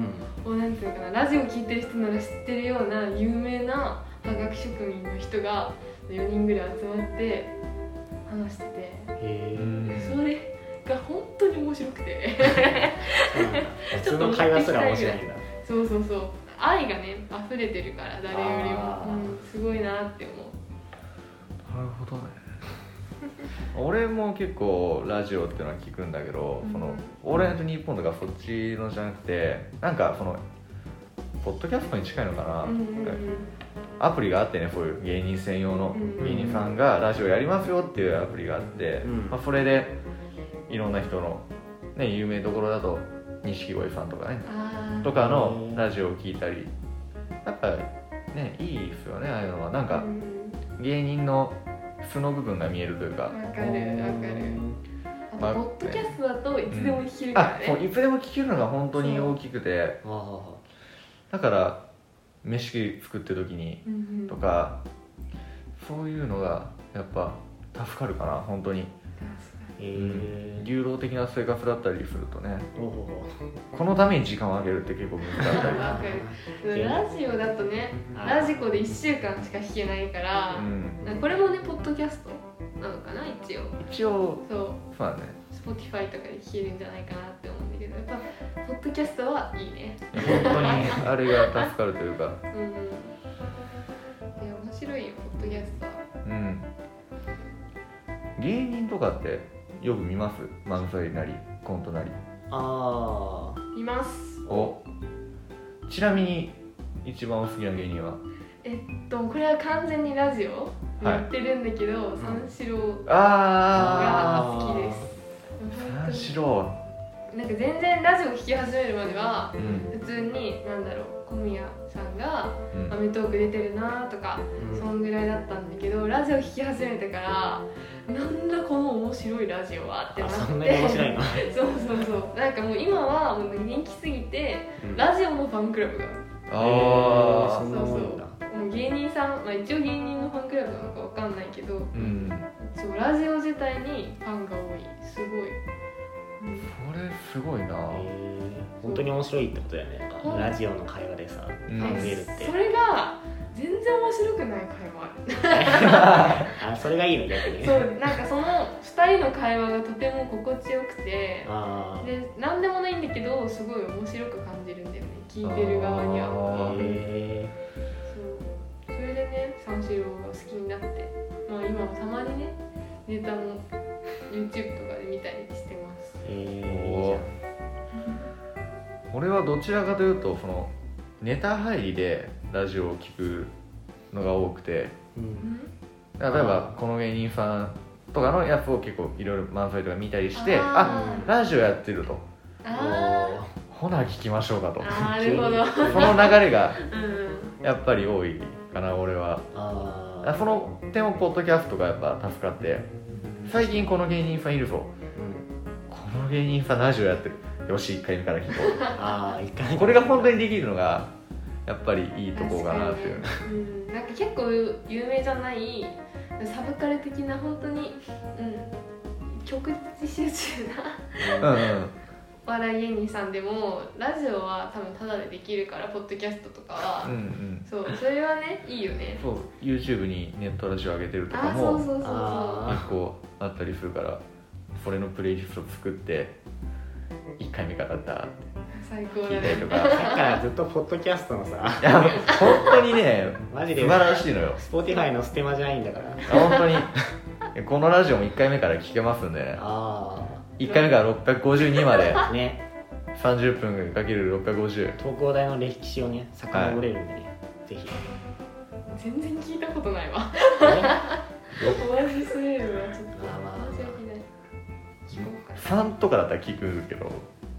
[SPEAKER 3] う
[SPEAKER 1] もう
[SPEAKER 3] ん
[SPEAKER 1] なんていうのかなラジオ聞いてる人なら知ってるような有名なはがき職人の人が4人ぐらい集まって話してて
[SPEAKER 3] えー
[SPEAKER 1] それが本当に面白くて <laughs>
[SPEAKER 3] そうなんだ普通の会話すら面白いんだ
[SPEAKER 1] そうそうそう愛がね溢れてるから誰より
[SPEAKER 3] あ
[SPEAKER 1] も、
[SPEAKER 3] ー
[SPEAKER 1] うん、すごいなって思う
[SPEAKER 2] なるほどね俺も結構ラジオっていうのは聞くんだけど「その
[SPEAKER 1] うん
[SPEAKER 2] オールナイトニッポン」とかそっちのじゃなくてなんかそのポッドキャストに近いのかな、
[SPEAKER 1] うんうんうん
[SPEAKER 2] アプリがあってねそういう芸人専用の
[SPEAKER 1] うん
[SPEAKER 2] 芸人さんがラジオやりますよっていうアプリがあって、
[SPEAKER 3] うん
[SPEAKER 2] まあ、それでいろんな人の、ね、有名どころだと錦鯉さんとかね
[SPEAKER 1] あー
[SPEAKER 2] とかのラジオを聞いたりやっぱねいいですよねああいうのはなん
[SPEAKER 1] う
[SPEAKER 2] か
[SPEAKER 1] ん
[SPEAKER 2] 芸人の素の部分が見えるというか
[SPEAKER 1] わ、かるわかるあとポッドキャストだといつでも聞けるか
[SPEAKER 2] あ
[SPEAKER 1] ら
[SPEAKER 2] も
[SPEAKER 1] ね、
[SPEAKER 2] ういつでも聞けるのが本当に大きくて
[SPEAKER 3] ああ
[SPEAKER 2] だから飯作ってる時に
[SPEAKER 1] うんうん
[SPEAKER 2] と
[SPEAKER 1] 確
[SPEAKER 2] かそういうのがやっぱ助かるかな本当に
[SPEAKER 3] えー、
[SPEAKER 2] 流動的な生活だったりするとね
[SPEAKER 3] おお
[SPEAKER 2] このために時間をあげるって結構難しかったり
[SPEAKER 1] わかかにラジオだとねラジコで1週間しか聞けないから
[SPEAKER 2] う、ん
[SPEAKER 1] これもねポッドキャストなのかな一応
[SPEAKER 2] 一応
[SPEAKER 1] そう
[SPEAKER 2] そうだね
[SPEAKER 1] Spotify とかで聞けるんじゃないかなって思うんだけどやっぱポッドキャストはいいね
[SPEAKER 2] 本当にあれが助かるというか
[SPEAKER 1] うんいや面白いよポッドキャストは
[SPEAKER 2] うん芸人とかってよく見ます漫才なりコントなり
[SPEAKER 3] ああ
[SPEAKER 1] います
[SPEAKER 2] おちなみに一番お好きな芸人は
[SPEAKER 1] えっとこれは完全にラジオやってるんだけど、三四郎
[SPEAKER 2] あ
[SPEAKER 1] が好きです
[SPEAKER 2] あ三四郎
[SPEAKER 1] なんか全然ラジオ聞き始めるまでは
[SPEAKER 2] うん
[SPEAKER 1] 普通になんだろう小宮さんが『
[SPEAKER 2] うん
[SPEAKER 1] アメトーーク』出てるなとかそんぐらいだったんだけどラジオ聞き始めてからなんだこの面白いラジオはってな
[SPEAKER 3] あ
[SPEAKER 1] って
[SPEAKER 3] そんなに面白い
[SPEAKER 1] <laughs>
[SPEAKER 3] の
[SPEAKER 1] そうそうそうなんかもう今はもう人気すぎてラジオのファンクラブが
[SPEAKER 2] あ
[SPEAKER 3] そ
[SPEAKER 2] あ
[SPEAKER 3] んなもんだ
[SPEAKER 1] もう芸人さん、まあ、一応芸人のファンクラブなのかわかんないけど
[SPEAKER 2] うん
[SPEAKER 1] そうラジオ自体にファンが多いすごい、うん
[SPEAKER 2] これすごいな
[SPEAKER 3] へー本当に面白いってことだよねなんか
[SPEAKER 1] うん
[SPEAKER 3] ラジオの会話でさ
[SPEAKER 2] うん
[SPEAKER 1] あ
[SPEAKER 3] 見えるって
[SPEAKER 1] それが全然面白くない会話ある
[SPEAKER 3] あそれがいいの逆に
[SPEAKER 1] そうなんかその2人の会話がとても心地よくて
[SPEAKER 3] ああ
[SPEAKER 1] で何でもないんだけどすごい面白く感じるんだよね聞いてる側には
[SPEAKER 2] あー
[SPEAKER 3] へ
[SPEAKER 1] そうそれでね三四郎が好きになってまあ今もたまにねネタも YouTube とかで見たりして
[SPEAKER 2] <laughs>
[SPEAKER 1] ます
[SPEAKER 3] えへ
[SPEAKER 2] おー俺はどちらかというとそのネタ入りでラジオを聞くのが多くて
[SPEAKER 3] うん
[SPEAKER 2] 例えばこの芸人さんとかのやつを結構いろいろ漫才とか見たりしてあ
[SPEAKER 1] あー
[SPEAKER 2] ラジオやってると
[SPEAKER 1] あ
[SPEAKER 2] ほな聞きましょうか
[SPEAKER 1] ー
[SPEAKER 2] と
[SPEAKER 1] あーなる
[SPEAKER 2] <laughs>
[SPEAKER 1] ほ
[SPEAKER 2] その流れが
[SPEAKER 1] ど、うん、
[SPEAKER 2] やっぱり多いかな俺は
[SPEAKER 3] あ
[SPEAKER 2] あ
[SPEAKER 3] あ
[SPEAKER 2] その点もポッドキャストがやっぱ助かって最近この芸人さんいるぞこの芸人さんラジオやってるよし1回目から聞こ <laughs>
[SPEAKER 3] ああ一回
[SPEAKER 2] うこれが本当にできるのがやっぱりいいとこかなという、
[SPEAKER 1] 確かにねうん、なんか結構有名じゃないサブカル的な本当にうん極致集中な
[SPEAKER 2] うんうん
[SPEAKER 1] お笑い芸人さんでもラジオは多分タダでできるからポッドキャストとかは、
[SPEAKER 2] うんうん
[SPEAKER 1] そうそれはねいいよね
[SPEAKER 2] そう YouTube にネットラジオ上げてるとか
[SPEAKER 1] あそうそう
[SPEAKER 2] も
[SPEAKER 1] そうそう
[SPEAKER 3] あ
[SPEAKER 2] 結構あったりするからこれのプレイリスト作って1回目からだって
[SPEAKER 1] 最高だ
[SPEAKER 2] 聞いたり
[SPEAKER 1] ね
[SPEAKER 2] と
[SPEAKER 3] だ
[SPEAKER 1] <laughs>
[SPEAKER 2] か
[SPEAKER 3] からずっとポッドキャストのさ
[SPEAKER 2] いや本当にね
[SPEAKER 3] マジで
[SPEAKER 2] 素晴らしいのよ
[SPEAKER 3] Spotify のステマじゃないんだから
[SPEAKER 2] あ本当にこのラジオも1回目から聞けますんでね
[SPEAKER 3] あ
[SPEAKER 2] 1回目から652まで
[SPEAKER 3] あね
[SPEAKER 2] 30分かける650
[SPEAKER 3] 東工大の歴史をね遡れるんでね、ぜひ
[SPEAKER 1] 全然聞いたことないわ
[SPEAKER 3] ね
[SPEAKER 1] お味すぎるわちょっと
[SPEAKER 3] まあまあま
[SPEAKER 1] <laughs>
[SPEAKER 3] あ
[SPEAKER 1] 申し訳ない聞こうかな
[SPEAKER 2] 3とかだったら聞くけど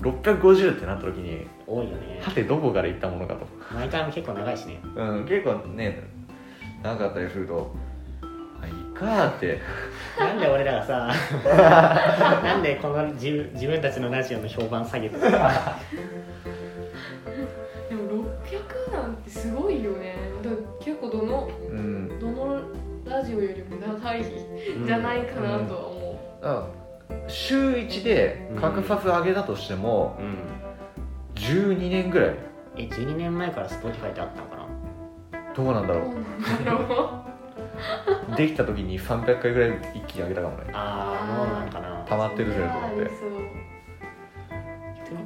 [SPEAKER 2] 650ってなった時に
[SPEAKER 3] 多いよね
[SPEAKER 2] はてどこから行ったものかと
[SPEAKER 3] 毎回も結構長いしね
[SPEAKER 2] うん、結構ね長かったりすると「あいいか」って
[SPEAKER 3] なんで俺らがさ
[SPEAKER 2] <laughs>
[SPEAKER 3] なんでこの自分自分たちのラジオの評判下げたの
[SPEAKER 1] でも600なんてすごいよねだから結構どの
[SPEAKER 2] うん
[SPEAKER 1] どのラジオよりも長いじゃないかなとは思
[SPEAKER 2] あ週1で格差上げたとしても
[SPEAKER 3] うん、
[SPEAKER 2] 12年ぐらい
[SPEAKER 3] え12年前から Spotify ってあったのかな
[SPEAKER 2] どうなんだ
[SPEAKER 1] う、
[SPEAKER 2] ろ
[SPEAKER 1] どうなんだろ
[SPEAKER 2] うできた時に300回ぐらい一気に上げたかもね
[SPEAKER 3] ああもうなんかな
[SPEAKER 2] 溜
[SPEAKER 1] う
[SPEAKER 2] まってるぜと
[SPEAKER 1] そ
[SPEAKER 2] 思
[SPEAKER 1] れ
[SPEAKER 2] っ
[SPEAKER 1] はあ
[SPEAKER 2] て
[SPEAKER 1] りそうでも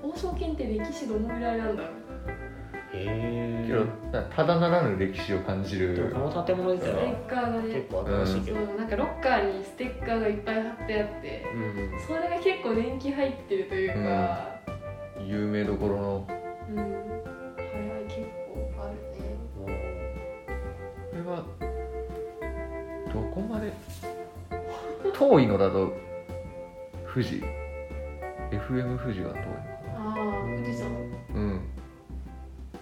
[SPEAKER 1] この王将剣って歴史どのぐらいなんだろう
[SPEAKER 3] へ
[SPEAKER 2] けど
[SPEAKER 3] え
[SPEAKER 2] ただならぬ歴史を感じ
[SPEAKER 3] で
[SPEAKER 2] る
[SPEAKER 3] もこの建物自
[SPEAKER 1] ステ
[SPEAKER 3] 体は
[SPEAKER 1] ッカーが
[SPEAKER 3] 結
[SPEAKER 1] ね
[SPEAKER 3] 構新しいけ
[SPEAKER 1] そ
[SPEAKER 3] ど、
[SPEAKER 1] うなんかロッカーにステッカーがいっぱい貼ってあって
[SPEAKER 3] うん
[SPEAKER 1] それが結構年季入ってるというか
[SPEAKER 2] 有名どころの
[SPEAKER 1] うん、早い結構あるね
[SPEAKER 3] もう
[SPEAKER 2] これはどこまで遠いのだと富士 FM 富士は遠いの
[SPEAKER 1] ああ富士山
[SPEAKER 2] うん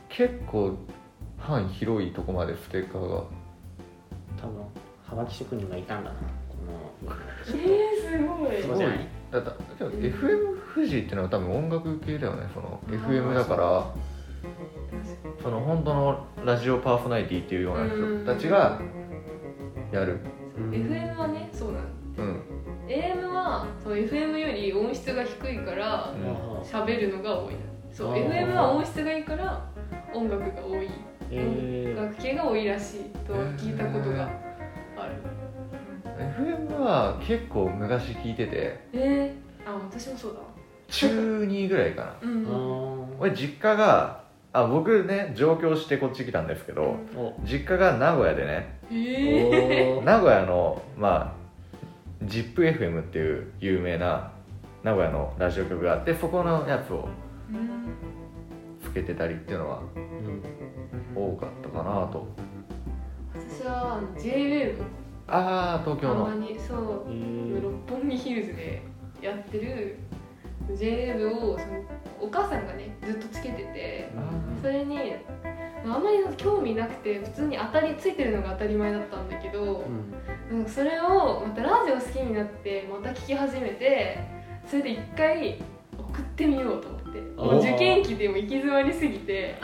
[SPEAKER 2] 結構範囲広いとこまでステッカーが
[SPEAKER 3] 多分はがき職人がいたんだなこの
[SPEAKER 1] えー、す
[SPEAKER 3] そ
[SPEAKER 1] ご
[SPEAKER 3] う
[SPEAKER 1] い
[SPEAKER 3] じゃない
[SPEAKER 2] だだけど
[SPEAKER 1] うん
[SPEAKER 2] FM 富士ってのは多分音楽系だよねその
[SPEAKER 1] あー
[SPEAKER 2] FM だからその本当のラジオパーソナリティっていうような人たちがやる
[SPEAKER 3] うん
[SPEAKER 1] FM はねそうなの
[SPEAKER 2] うん
[SPEAKER 1] AM はそう FM より音質が低いから
[SPEAKER 2] うん
[SPEAKER 1] 喋るのが多いなそう
[SPEAKER 3] あー
[SPEAKER 1] FM は音質がいいから音楽が多い
[SPEAKER 3] え
[SPEAKER 1] 音楽系が多いらしいと聞いたことがある
[SPEAKER 2] FM は結構昔聞いてて
[SPEAKER 1] えー、あ私もそうだ
[SPEAKER 2] 中2ぐらいかな
[SPEAKER 1] うん
[SPEAKER 3] ー、あ
[SPEAKER 2] 俺実家があ僕ね上京してこっち来たんですけど
[SPEAKER 3] ーお
[SPEAKER 2] 実家が名古屋でね
[SPEAKER 1] ええ
[SPEAKER 3] お
[SPEAKER 2] 名古屋のまあ ZIPFM っていう有名な名古屋のラジオ局があってそこのやつを
[SPEAKER 1] うん
[SPEAKER 2] つけてたりっていうのは多かったかなと
[SPEAKER 1] 私はあの JWAVE
[SPEAKER 2] ああ東京
[SPEAKER 1] たま
[SPEAKER 2] の
[SPEAKER 1] にそう
[SPEAKER 3] う
[SPEAKER 1] 六
[SPEAKER 3] ん
[SPEAKER 1] 本木ヒルズでやってる j レ v をそのお母さんがねずっとつけててそれにまああんまり興味なくて普通に当たりついてるのが当たり前だったんだけど
[SPEAKER 3] う、ん
[SPEAKER 1] なんかそれをまたラジオ好きになってまた聞き始めてそれで一回送ってみようと思ってもう
[SPEAKER 3] おー
[SPEAKER 1] 受験期でも行き詰まりすぎ
[SPEAKER 3] <laughs>
[SPEAKER 1] て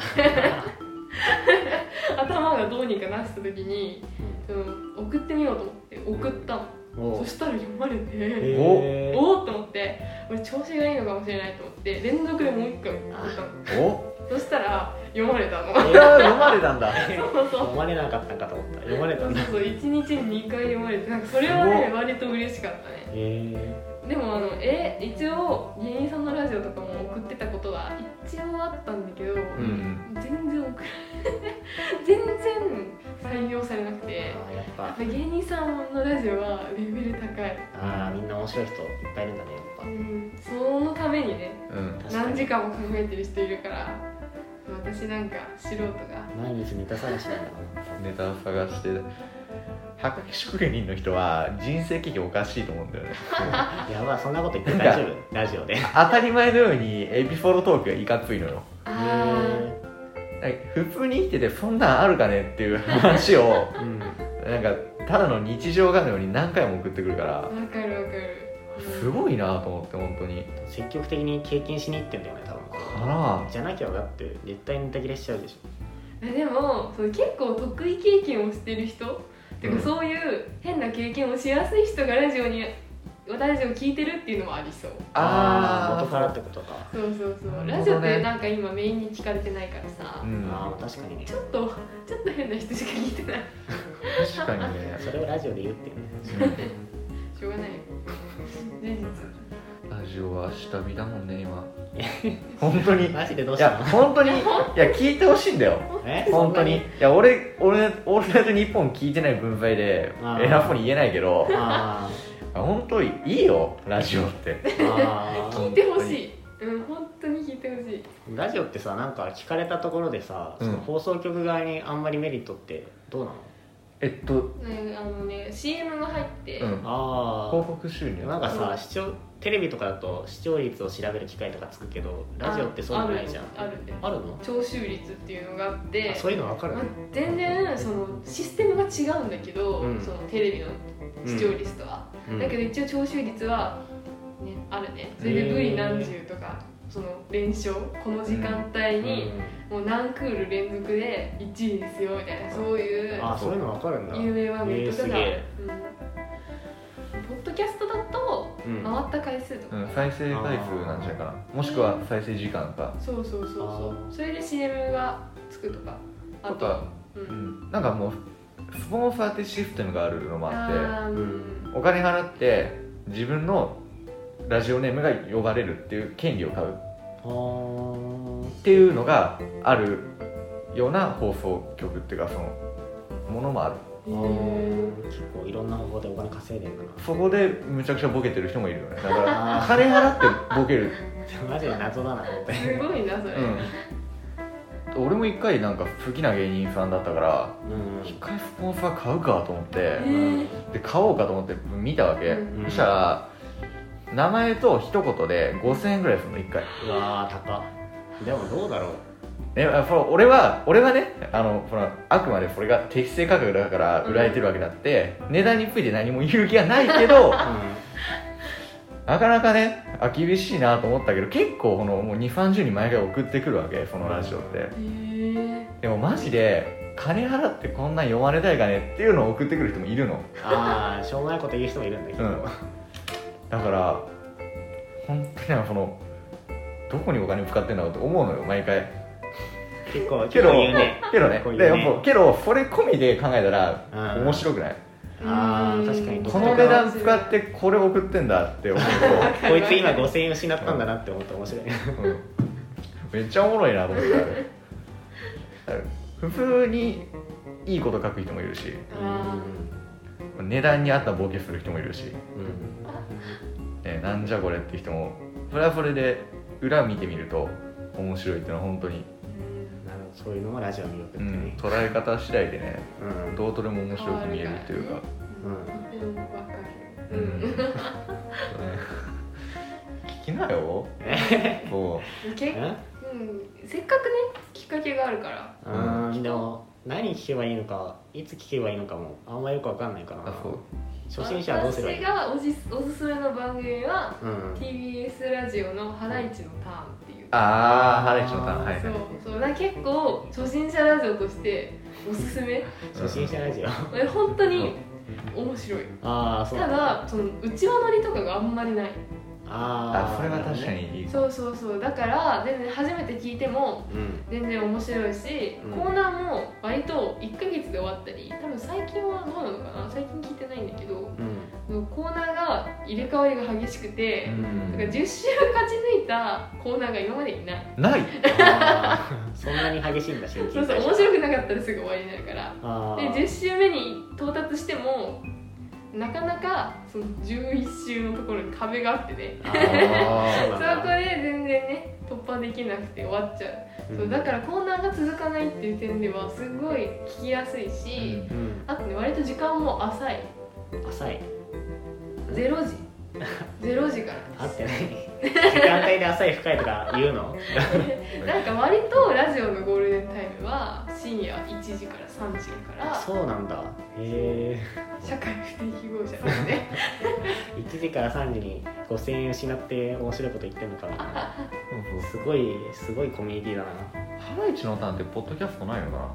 [SPEAKER 1] 頭がどうにかなってた時にその送ってみようと思って送ったの、
[SPEAKER 3] お
[SPEAKER 1] そしたら読まれて。
[SPEAKER 3] へー
[SPEAKER 1] おおっと思って俺調子がいいのかもしれないと思って連続でもう一回送ったの
[SPEAKER 2] <laughs> お
[SPEAKER 1] そしたら読まれ
[SPEAKER 3] <laughs>
[SPEAKER 1] たの
[SPEAKER 2] いやー読まれたんだ
[SPEAKER 1] そうそう
[SPEAKER 3] 読まれなかったんかと思った読まれた
[SPEAKER 1] そ
[SPEAKER 3] ん
[SPEAKER 1] う
[SPEAKER 3] だへ
[SPEAKER 1] そう1日に2回読まれてなんかそれは
[SPEAKER 2] す
[SPEAKER 1] ね割と嬉しかったね
[SPEAKER 3] え
[SPEAKER 1] でもあのえ一応芸人さんのラジオとかも送ってたことは一応あったんだけど、
[SPEAKER 2] うん
[SPEAKER 1] 全然送ら <laughs> 全然採用されなくて
[SPEAKER 3] あーやっ
[SPEAKER 1] や
[SPEAKER 3] ぱ
[SPEAKER 1] っぱ芸人さんのラジオはレベル高い、
[SPEAKER 3] あーみんな面白い人いっぱいいるんだねや
[SPEAKER 1] う
[SPEAKER 3] っ
[SPEAKER 1] ん、そのためにね
[SPEAKER 2] うん
[SPEAKER 3] ぱ確か
[SPEAKER 1] 何
[SPEAKER 3] に
[SPEAKER 1] 時間も考えてる人いるから私なんか素人が
[SPEAKER 3] 毎日ネタ探しなんだから
[SPEAKER 2] ネタを探してはがき職人の人は人生経験おかしいと思うんだよ <laughs> ね
[SPEAKER 3] やばいそんなこと言って大丈夫ラジオで
[SPEAKER 2] 当たり前のようにエピソードトークがいかついのよ
[SPEAKER 1] あ
[SPEAKER 2] なんか普通に生きててそんなんあるかねっていう <laughs> 話を
[SPEAKER 3] うん
[SPEAKER 2] なんかただの日常がのように何回も送ってくるか
[SPEAKER 1] あ
[SPEAKER 2] ら
[SPEAKER 1] わかるわかる
[SPEAKER 2] すごいなと思って本当に
[SPEAKER 3] 積極的に経験しに行ってんだよね多分
[SPEAKER 2] から
[SPEAKER 3] じゃなきゃだって絶対ネタ切れしちゃうでし
[SPEAKER 1] えでもその結構得意経験をしてる人っていうか、
[SPEAKER 3] うん
[SPEAKER 1] そういう変な経験をしやすい人がラジオにラジオ聞いてるっていうのもありそう
[SPEAKER 3] ょ
[SPEAKER 2] あー
[SPEAKER 3] ー元からってことか、
[SPEAKER 1] そうそうそう、ラ
[SPEAKER 2] なるほどね
[SPEAKER 1] ジオってなんか今メインに聞かれてないからさ、
[SPEAKER 2] うん
[SPEAKER 3] ああ確かにね
[SPEAKER 1] ちょっとちょっと変な人しか聞いてない
[SPEAKER 2] 確かにね
[SPEAKER 3] <laughs> それをラジオで言うっていうね
[SPEAKER 1] しょうがないよ事実
[SPEAKER 2] ラジオは下見だもんね
[SPEAKER 3] <laughs>
[SPEAKER 2] 今本当にい
[SPEAKER 3] マジでどうし
[SPEAKER 2] や
[SPEAKER 3] たの
[SPEAKER 2] 本当にいや聞いてほしいんだ
[SPEAKER 3] <laughs>
[SPEAKER 2] よ
[SPEAKER 3] え
[SPEAKER 2] 本当にいや俺俺オールナイトニッポン聞いてない分配で
[SPEAKER 3] あー
[SPEAKER 2] 偉そうに言えないけど
[SPEAKER 3] あ
[SPEAKER 2] 本当にいいよラジオって
[SPEAKER 3] ーあー
[SPEAKER 1] 聞いてほしいうん本当に聞いてほしい
[SPEAKER 3] ラジオってさなんか聞かれたところでさ、
[SPEAKER 2] うん
[SPEAKER 3] その放送局側にあんまりメリットってどうなの
[SPEAKER 2] えっと
[SPEAKER 1] ねあのね CM が入って、
[SPEAKER 2] うん
[SPEAKER 3] あ
[SPEAKER 2] 広告収入
[SPEAKER 3] なんかさ、
[SPEAKER 1] うん
[SPEAKER 3] 視聴テレビとかだと視聴率を調べる機会とかつくけどラジオってそうじゃないじゃん
[SPEAKER 1] ああるんで
[SPEAKER 3] あるの
[SPEAKER 1] 聴取率っていうのがあって
[SPEAKER 3] あそういうの分かる
[SPEAKER 1] まあ全然そのシステムが違うんだけど、
[SPEAKER 3] うん
[SPEAKER 1] そのテレビの視聴率とは、
[SPEAKER 3] うん
[SPEAKER 1] だけど一応聴取率は、ね、あるねそれで V 何十とかその連勝この時間帯にもう何クール連続で1位ですよみたいなそういう
[SPEAKER 3] あそういうの分かるんだ
[SPEAKER 1] 有名場面とかが、
[SPEAKER 3] えー
[SPEAKER 1] うんポッドキャストだと
[SPEAKER 3] うん
[SPEAKER 1] 回った回数とか、
[SPEAKER 2] うん、再生回数なんじゃないかなもしくは再生時間か
[SPEAKER 1] そうそうそうそうそれで CM がつくとかあ
[SPEAKER 2] と
[SPEAKER 1] と
[SPEAKER 2] か、
[SPEAKER 1] う、
[SPEAKER 2] うんん、なんかもうスポンサーってシステムがあるのもあっ
[SPEAKER 1] あー
[SPEAKER 2] てお金払って自分のラジオネームが呼ばれるっていう権利を買うっ
[SPEAKER 3] あー
[SPEAKER 2] ていうのがあるような放送局っていうかそのものもある
[SPEAKER 1] へ
[SPEAKER 3] あ
[SPEAKER 1] ー
[SPEAKER 3] ー結構いろんな方法でお金稼いでんだな
[SPEAKER 2] そこでむちゃくちゃボケてる人もいるよねだから
[SPEAKER 3] あ <laughs> ー
[SPEAKER 2] 金払ってボケる、
[SPEAKER 3] マジで謎だな本当に
[SPEAKER 1] すごいなそれ、
[SPEAKER 2] うん、俺も一回なんか好きな芸人さんだったから一回スポンサー買うかと思って
[SPEAKER 1] えー
[SPEAKER 2] で買おうかと思って見たわけ、
[SPEAKER 1] うん
[SPEAKER 2] そしたら名前と一言で5000円ぐらいするの1回
[SPEAKER 3] うわー高っでもどうだろう
[SPEAKER 2] ねあその俺は俺はねあのそのあくまでそれが適正価格だから売られてるわけだって、値段について何も言う気がない
[SPEAKER 1] <laughs>
[SPEAKER 2] けどなかなかねあ厳しいなと思ったけど結構このもう2 3 0に毎回送ってくるわけそのラジオって
[SPEAKER 1] えー
[SPEAKER 2] でもマジで金払ってこんなん読まれたいかねっていうのを送ってくる人もいるの
[SPEAKER 3] ああしょうもないこと言う人もいるんだけど、
[SPEAKER 2] うんだから本当にあのそのどこにお金使ってんだろうと思うのよ毎回
[SPEAKER 3] 結構
[SPEAKER 2] け
[SPEAKER 3] 結
[SPEAKER 2] ど
[SPEAKER 3] 構言うね
[SPEAKER 2] けどね
[SPEAKER 3] こういうね
[SPEAKER 2] でやっぱけどそれ込みで考えたら
[SPEAKER 3] うん
[SPEAKER 2] 面白くない
[SPEAKER 3] あー
[SPEAKER 1] うん
[SPEAKER 3] 確かに
[SPEAKER 2] この値段使ってこれ送ってんだって思う
[SPEAKER 3] こいつ今5000円失ったんだなって思ったら面白いね <laughs>
[SPEAKER 2] と、うんめっちゃおもろいなと思ってあれ普通にいいこと書く人もいるし
[SPEAKER 1] あ
[SPEAKER 2] 値段に合ったボケする人もいるし、
[SPEAKER 3] うん
[SPEAKER 2] ね、なんじゃこれって人もそれはそれで裏見てみると面白いっていうのは本当に、
[SPEAKER 3] なるほどそういうのもラジオの魅力って
[SPEAKER 2] う
[SPEAKER 3] ね
[SPEAKER 2] ん、捉え方次第でね
[SPEAKER 3] うん
[SPEAKER 2] どうとでも面白く見えるっていうか、
[SPEAKER 1] ーうんわか
[SPEAKER 2] う
[SPEAKER 1] るうん
[SPEAKER 2] ん、そうね聞きなよも
[SPEAKER 1] け
[SPEAKER 3] え
[SPEAKER 1] うんせっかくねきっかけがあるから
[SPEAKER 3] うんでも何聞けばいいのかいつ聞けばいいのかもあんまよくわかんないか
[SPEAKER 2] う
[SPEAKER 3] ら
[SPEAKER 2] あそう
[SPEAKER 3] 初心者はどうすればいい
[SPEAKER 1] 私がおじおすすめの番組は
[SPEAKER 3] うん
[SPEAKER 1] TBS ラジオの「ハライチのターン」っていう
[SPEAKER 2] ああハライチのターンはい
[SPEAKER 1] そ
[SPEAKER 2] は
[SPEAKER 1] う
[SPEAKER 2] い
[SPEAKER 1] そうだから結構初心者ラジオとしておすすめ
[SPEAKER 3] 初心者ラジオ
[SPEAKER 1] これ本当に面白い
[SPEAKER 3] ああそう
[SPEAKER 1] ただそのうちわ乗りとかがあんまりない
[SPEAKER 3] あ
[SPEAKER 2] あ
[SPEAKER 3] ー
[SPEAKER 2] それは確かにいい
[SPEAKER 1] そうそうそうだから全然初めて聞いても
[SPEAKER 3] うん
[SPEAKER 1] 全然面白いし、
[SPEAKER 3] うん
[SPEAKER 1] コーナーも割と1ヶ月で終わったり多分最近はどうなのかな最近聞いてないんだけど
[SPEAKER 3] うん
[SPEAKER 1] コーナーが入れ替わりが激しくて、
[SPEAKER 2] うん
[SPEAKER 1] だから10週勝ち抜いたコーナーが今までにない
[SPEAKER 2] ない
[SPEAKER 3] あーそんなに激しいんだ新
[SPEAKER 1] そう
[SPEAKER 3] 陳
[SPEAKER 1] そう
[SPEAKER 3] 代謝
[SPEAKER 1] 面白くなかったらすぐ終わりになるから
[SPEAKER 3] あ
[SPEAKER 1] で
[SPEAKER 3] ー
[SPEAKER 1] 10週目に到達してもなかなかその11週のところに壁があってね
[SPEAKER 3] あ
[SPEAKER 2] あ
[SPEAKER 1] そこ
[SPEAKER 3] そうなんだ
[SPEAKER 1] で全然ね突破できなくて終わっちゃう,、そうだからコーナーが続かないっていう点ではすごい聞きやすいし、
[SPEAKER 3] うん
[SPEAKER 1] あとね割と時間も浅い
[SPEAKER 3] 浅い <laughs>
[SPEAKER 1] 0時0時から
[SPEAKER 3] 合ってない <laughs> 時間帯で浅い深いとか言うの
[SPEAKER 1] なんか割とラジオのゴールデンタイムは深夜1時から3時だか
[SPEAKER 3] そうなんだへ
[SPEAKER 1] ら社会不適合者なんで
[SPEAKER 3] <laughs> え1時から3時に5000円失って面白いこと言ってんのかなすごいすごいコミュニティだな
[SPEAKER 2] ハライチのターンってポッドキャストないのか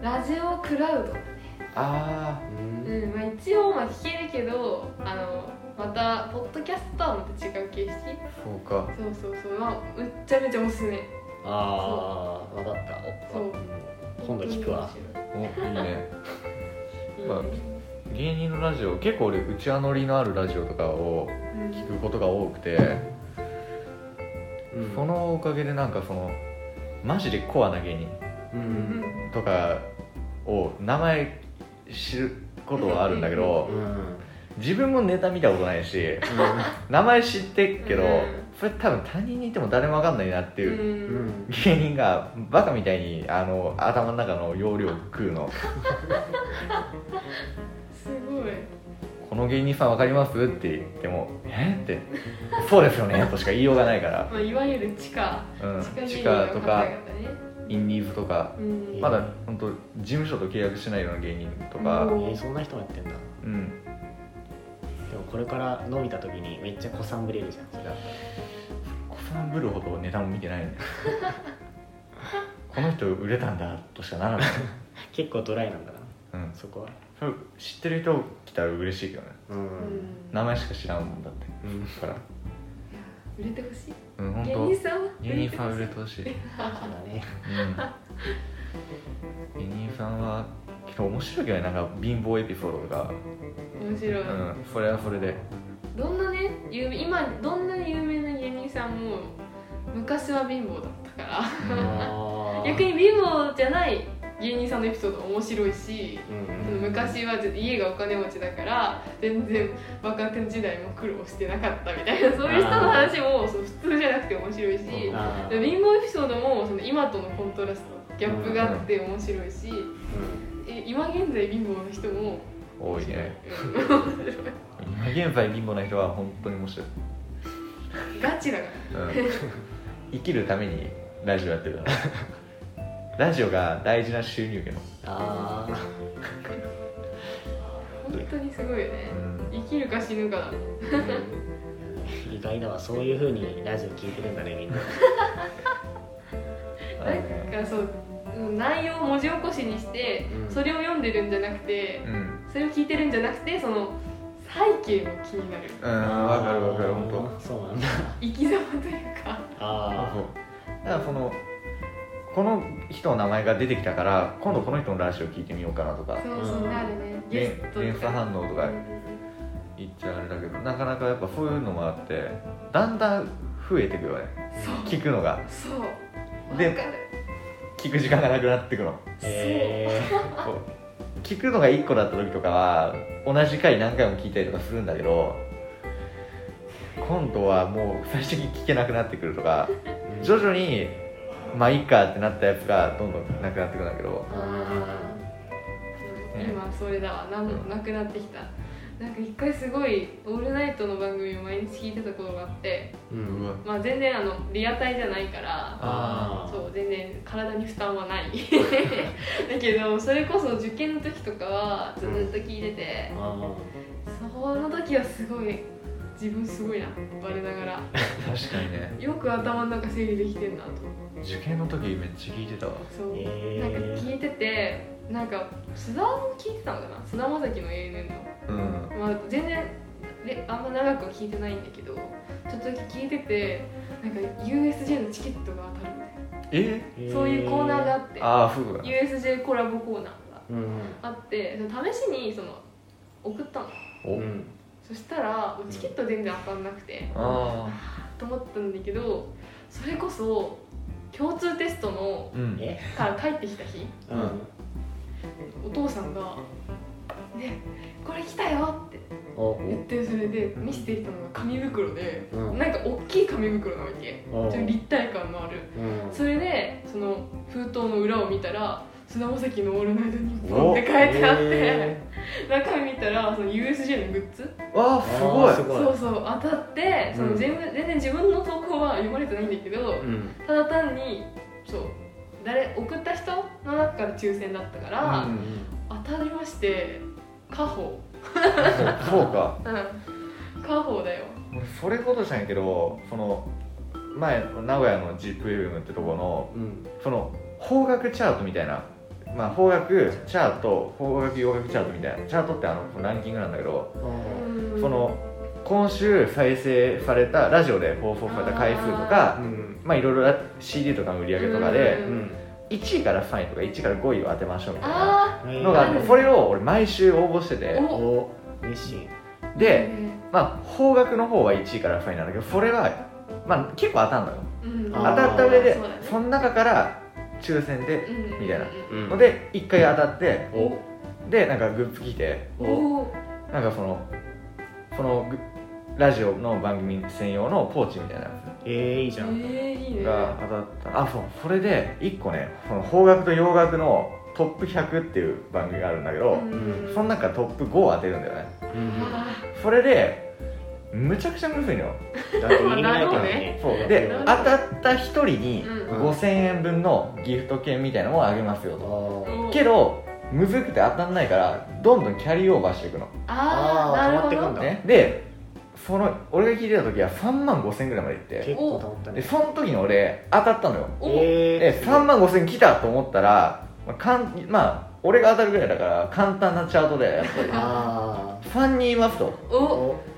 [SPEAKER 2] な
[SPEAKER 1] ラジオクラウド
[SPEAKER 2] あ
[SPEAKER 3] う
[SPEAKER 1] うんんまあ一応まあ聞けるけどあのまたポッドキャストとはまた違う形式
[SPEAKER 2] あそうか
[SPEAKER 1] そうそうそうまあめっちゃめちゃおすすめ
[SPEAKER 3] ああ分かった
[SPEAKER 1] そう
[SPEAKER 3] うん今度聞くわ
[SPEAKER 2] おいいね <laughs>
[SPEAKER 1] いいね
[SPEAKER 2] まあ芸人のラジオ結構俺内輪乗りのあるラジオとかを
[SPEAKER 1] うん
[SPEAKER 2] 聞くことが多くて、
[SPEAKER 3] うん
[SPEAKER 2] そのおかげでなんかそのマジでコアな芸人
[SPEAKER 3] う
[SPEAKER 1] うんん
[SPEAKER 2] とかを名前知ることはあるんだけ
[SPEAKER 3] う
[SPEAKER 2] ど
[SPEAKER 3] んうん
[SPEAKER 2] 自分もネタ見たことないし名前知ってっけど、
[SPEAKER 1] うん
[SPEAKER 2] それ多分他人にいても誰も分かんないなって
[SPEAKER 1] う
[SPEAKER 2] いう、
[SPEAKER 3] うんん
[SPEAKER 2] 芸人がバカみたいにあの頭の中の容量食うの
[SPEAKER 1] すごい
[SPEAKER 2] 「この芸人さん分かります?」って言っても「えっ?」て「そうですよね」としか言いようがないから、
[SPEAKER 1] まあいわゆる地下
[SPEAKER 2] うん、
[SPEAKER 1] 地
[SPEAKER 2] 地
[SPEAKER 1] 下
[SPEAKER 2] 下
[SPEAKER 1] 芸人の方
[SPEAKER 2] と
[SPEAKER 1] 々
[SPEAKER 2] か
[SPEAKER 1] ね
[SPEAKER 2] インディーズとか
[SPEAKER 1] うん
[SPEAKER 2] まだ本当事務所と契約してないような芸人と
[SPEAKER 1] う
[SPEAKER 2] か、
[SPEAKER 1] ん
[SPEAKER 3] えーそん <laughs> な人もやってんだ
[SPEAKER 2] うん、
[SPEAKER 3] でもこれから伸びた時にめっちゃ子さんぶれるじゃんそれだっ
[SPEAKER 2] 子さんぶるほどネタも見てないんだよこの人売れたんだとしかならない、
[SPEAKER 3] たら結構ドライなんだな
[SPEAKER 2] うん、
[SPEAKER 3] そこは
[SPEAKER 2] それ知ってる人来たら嬉しいけどね
[SPEAKER 3] う
[SPEAKER 1] うんん
[SPEAKER 2] 名前しか知らんもんだって
[SPEAKER 3] うん
[SPEAKER 2] だから
[SPEAKER 1] 売れてほしい
[SPEAKER 2] うん本
[SPEAKER 1] 芸
[SPEAKER 2] 当
[SPEAKER 1] 人さんは
[SPEAKER 2] 芸人さんは売れてほしい、うん、
[SPEAKER 3] そうだね
[SPEAKER 2] 芸人さんはけど面白いけどねなんか貧乏エピソードとか、
[SPEAKER 1] <laughs> 面白い、
[SPEAKER 2] うん、それはそれで
[SPEAKER 1] どんなね有名今どんな有名な芸人さんも昔は貧乏だったか
[SPEAKER 2] うん
[SPEAKER 1] ら
[SPEAKER 3] あー
[SPEAKER 1] 逆に貧乏じゃない芸人さんのエピソード面白いし
[SPEAKER 3] うん
[SPEAKER 1] 昔はちょっと家がお金持ちだから全然若手時代も苦労してなかったみたいなそういう人の話もそう普通じゃなくて面白いし貧
[SPEAKER 3] あー
[SPEAKER 1] 乏エピソードもその今とのコントラストギャップがあって面白いし
[SPEAKER 3] うん
[SPEAKER 1] え今現在貧乏の人も
[SPEAKER 2] 多いね
[SPEAKER 1] うん面白い
[SPEAKER 2] 今現在貧乏な人は本当に面白い、
[SPEAKER 1] ガチだから
[SPEAKER 2] うん、生きるためにラジオやってるからラジオが大事な収入源
[SPEAKER 3] ああ
[SPEAKER 1] 本当にすごいよね
[SPEAKER 2] うん
[SPEAKER 1] 生きるか死ぬかだね
[SPEAKER 3] 意外だわそういうふうにラジオ聞いてるんだねみんな
[SPEAKER 2] あのね
[SPEAKER 1] なんかそううん内容を文字起こしにして
[SPEAKER 3] うん
[SPEAKER 1] それを読んでるんじゃなくて
[SPEAKER 2] うん
[SPEAKER 1] それを聞いてるんじゃなくてその背景も気になる
[SPEAKER 2] うんわかるわかる本当
[SPEAKER 3] 当そうなんだ
[SPEAKER 1] 生き様というか
[SPEAKER 3] あ
[SPEAKER 2] そうだからそのこの人の名前が出てきたから今度この人のラジオ聞いてみようかなとか
[SPEAKER 1] そうそう
[SPEAKER 3] うん
[SPEAKER 1] なるねゲ
[SPEAKER 2] 連
[SPEAKER 1] スト
[SPEAKER 2] 連
[SPEAKER 1] と
[SPEAKER 2] 鎖
[SPEAKER 1] か
[SPEAKER 2] 反応とか言っちゃあれだけどなかなかやっぱそういうのもあってだんだん増えてくよね
[SPEAKER 1] そう
[SPEAKER 2] 聞くのが
[SPEAKER 1] そう
[SPEAKER 2] で
[SPEAKER 1] わかる
[SPEAKER 2] 聞く時間がなくなってくの
[SPEAKER 3] え
[SPEAKER 2] こう聞くのが1個だった時とかは同じ回何回も聞いたりとかするんだけど今度はもう最終的に聞けなくなってくるとか
[SPEAKER 3] ー
[SPEAKER 2] 徐々にまあいいかってなったやつがどんどんなくなってくるんだけど
[SPEAKER 3] あ
[SPEAKER 1] うん
[SPEAKER 2] ね
[SPEAKER 1] 今それだわなんもなくなってきたなんか一回すごい「オールナイト」の番組を毎日聞いてたことがあって
[SPEAKER 3] うん
[SPEAKER 2] うわ
[SPEAKER 1] まあ全然あのリアタイじゃないから
[SPEAKER 2] あ
[SPEAKER 1] そう全然体に負担はない <laughs> だけどそれこそ受験の時とかはずっと聞いてて
[SPEAKER 3] あー
[SPEAKER 1] その時はすごい自分すごいなって我ながら
[SPEAKER 2] 確かにね
[SPEAKER 1] よく頭の中整理できてんなと思って
[SPEAKER 2] 受験の時めっちゃ聞いてたわ
[SPEAKER 1] そう、
[SPEAKER 3] へー
[SPEAKER 1] なんか聞いててなんか須田も聞いてたのかな須田将暉の ANN
[SPEAKER 2] うん
[SPEAKER 1] の、まあ、全然であんま長くは聞いてないんだけどちょっとだけ聞いててなんか USJ のチケットが当たるみたい
[SPEAKER 2] え
[SPEAKER 1] なそういうコーナーがあって
[SPEAKER 2] ああフグ
[SPEAKER 1] USJ コラボコーナーが
[SPEAKER 3] うん
[SPEAKER 1] あってその試しにその送ったの
[SPEAKER 2] お
[SPEAKER 3] うん
[SPEAKER 1] そしたらチケット全然当たんなくて
[SPEAKER 2] あ
[SPEAKER 1] と思ったんだけどそれこそ共通テストの
[SPEAKER 2] あうん
[SPEAKER 3] え
[SPEAKER 1] から帰ってきた日
[SPEAKER 3] うん
[SPEAKER 1] お父さんが「ねこれ来たよ」って
[SPEAKER 3] お
[SPEAKER 1] 言ってそれで見せてきたのが紙袋で、
[SPEAKER 3] うん
[SPEAKER 1] なんか大きい紙袋なわけち
[SPEAKER 3] お
[SPEAKER 1] ょっと立体感のある
[SPEAKER 3] うん
[SPEAKER 1] それでその封筒の裏を見たら「菅田将暉のオールナイトニッポン」って書いてあって、
[SPEAKER 3] え
[SPEAKER 1] 中身見たらその USJ のグッズ
[SPEAKER 2] わあすごい
[SPEAKER 3] あーすごい
[SPEAKER 1] そうそう当たってその
[SPEAKER 3] うん
[SPEAKER 1] 全部、全然自分の投稿は読まれてないんだけど
[SPEAKER 3] うん
[SPEAKER 1] ただ単にそう誰送った人の中から抽選だったから、
[SPEAKER 2] うん
[SPEAKER 1] 当たりまして家宝うん
[SPEAKER 2] そうそうか
[SPEAKER 1] 家宝だよ
[SPEAKER 2] 俺それほどしたんやけどその前名古屋のジップウェブってとこの
[SPEAKER 3] うん
[SPEAKER 2] その方角チャートみたいなまあ方角チャート方角洋楽チャートみたいなチャートってあのランキングなんだけど
[SPEAKER 1] うん
[SPEAKER 2] その今週再生されたラジオで放送された回数と
[SPEAKER 3] う
[SPEAKER 2] か
[SPEAKER 3] ん
[SPEAKER 2] まあいろいろな CD とかの売り上げとか
[SPEAKER 1] う
[SPEAKER 2] で
[SPEAKER 1] ん
[SPEAKER 3] うん
[SPEAKER 2] 1位から3位とか1位から5位を当てましょうみたいな
[SPEAKER 1] あ
[SPEAKER 2] のがあっ
[SPEAKER 1] う
[SPEAKER 2] て
[SPEAKER 1] ん
[SPEAKER 2] それを俺毎週応募してて
[SPEAKER 1] お
[SPEAKER 3] お熱心
[SPEAKER 1] ー
[SPEAKER 2] でまあ方角の方は1位から3位なんだけどそれはまあ結構当たんのよ
[SPEAKER 1] うん
[SPEAKER 2] 当
[SPEAKER 3] あー
[SPEAKER 2] たった上で
[SPEAKER 1] そうだ
[SPEAKER 2] そ,、
[SPEAKER 1] ね
[SPEAKER 2] の中から抽選で、
[SPEAKER 1] うん
[SPEAKER 2] みたいな
[SPEAKER 1] うん
[SPEAKER 2] ので1回当たって
[SPEAKER 3] お
[SPEAKER 2] でなんかグッズ来て
[SPEAKER 3] お
[SPEAKER 1] おー
[SPEAKER 2] なんかそのそのグラジオの番組専用のポーチみたいなや
[SPEAKER 3] えー、いいじゃん
[SPEAKER 1] えー、いい
[SPEAKER 2] つ
[SPEAKER 1] ね
[SPEAKER 2] が当たったあそうそれで1個ねその邦楽と洋楽のトップ100っていう番組があるんだけど、
[SPEAKER 1] うん
[SPEAKER 2] その中トップ5を当てるんだよね
[SPEAKER 1] あ
[SPEAKER 2] それでむちゃくちゃむずいのよ
[SPEAKER 3] だって入りないからね
[SPEAKER 2] そうで
[SPEAKER 1] なるほ
[SPEAKER 2] 当
[SPEAKER 1] ど
[SPEAKER 2] たった1人に
[SPEAKER 1] うん
[SPEAKER 2] 5000円分のギフト券みたいなのをあげますよと
[SPEAKER 1] ー
[SPEAKER 3] あ
[SPEAKER 1] おー
[SPEAKER 2] けどむずくて当たんないからどんどんキャリーオーバーしていくの、
[SPEAKER 1] あー
[SPEAKER 3] あ
[SPEAKER 1] な
[SPEAKER 3] ー
[SPEAKER 1] るほ
[SPEAKER 3] 溜まってくん
[SPEAKER 1] ど
[SPEAKER 3] だ
[SPEAKER 2] ね、でその俺が聞いてた時は3万5000円ぐらいまでいっ
[SPEAKER 3] ー結
[SPEAKER 2] て
[SPEAKER 3] 構溜まった
[SPEAKER 2] で
[SPEAKER 3] ね
[SPEAKER 2] その時に俺当たったのよ
[SPEAKER 1] お
[SPEAKER 2] で
[SPEAKER 3] え
[SPEAKER 2] 3万5000円来たと思ったらまあかん、まあ、俺が当たるぐらいだから簡単なチャートで
[SPEAKER 3] あ
[SPEAKER 2] <laughs> 3人いますと
[SPEAKER 3] ー
[SPEAKER 1] お
[SPEAKER 3] お
[SPEAKER 2] 「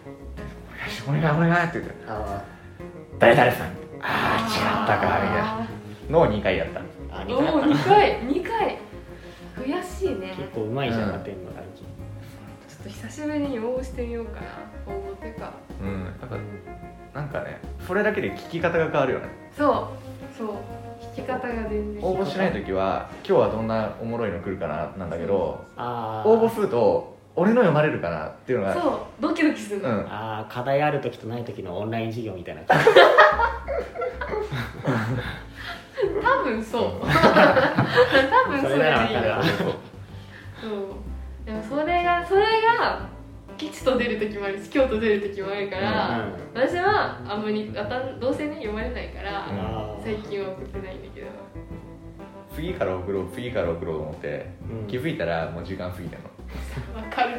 [SPEAKER 2] お願いお願い」って言って
[SPEAKER 3] あ
[SPEAKER 2] 「誰々さん」ああ違ったかみたいなのを2回やった
[SPEAKER 3] ーあ
[SPEAKER 1] あ
[SPEAKER 3] り
[SPEAKER 1] ー
[SPEAKER 3] が
[SPEAKER 1] お
[SPEAKER 3] と
[SPEAKER 1] お
[SPEAKER 3] う
[SPEAKER 1] 二回二回悔しいね
[SPEAKER 3] 結構うまいじゃん
[SPEAKER 2] うん
[SPEAKER 3] ラテンの感じ
[SPEAKER 1] ちょっと久しぶりに応募してみようかな応募っていうか
[SPEAKER 2] うんやっぱなんかねそれだけで聞き方が変わるよね
[SPEAKER 1] そうそう弾き方が全然
[SPEAKER 2] 応募しない時は今日はどんなおもろいの来るかななんだけど
[SPEAKER 3] あー
[SPEAKER 2] 応募すると俺の読まれるかなっていうのが
[SPEAKER 1] そうドキドキする
[SPEAKER 2] う
[SPEAKER 1] の、
[SPEAKER 2] ん
[SPEAKER 3] あー課題ある時とない時のオンライン授業みたいな感じ
[SPEAKER 1] 多分
[SPEAKER 2] <laughs>
[SPEAKER 1] そう多分
[SPEAKER 3] そ
[SPEAKER 1] そ
[SPEAKER 3] れ
[SPEAKER 1] れ
[SPEAKER 3] なら
[SPEAKER 1] でい
[SPEAKER 3] 分
[SPEAKER 1] い
[SPEAKER 3] かる
[SPEAKER 1] よ
[SPEAKER 3] わ
[SPEAKER 1] そうでもそれがそれが吉と出る時もあるし京と出る時もあるから、
[SPEAKER 3] うん
[SPEAKER 1] 私はあんまり当たんどうせね読まれないから、
[SPEAKER 2] うん
[SPEAKER 3] あー
[SPEAKER 1] 最近は送ってないんだけど
[SPEAKER 2] 次から送ろう次から送ろうと思って
[SPEAKER 3] うん
[SPEAKER 2] 気づいたらもう時間過ぎたの
[SPEAKER 1] わかる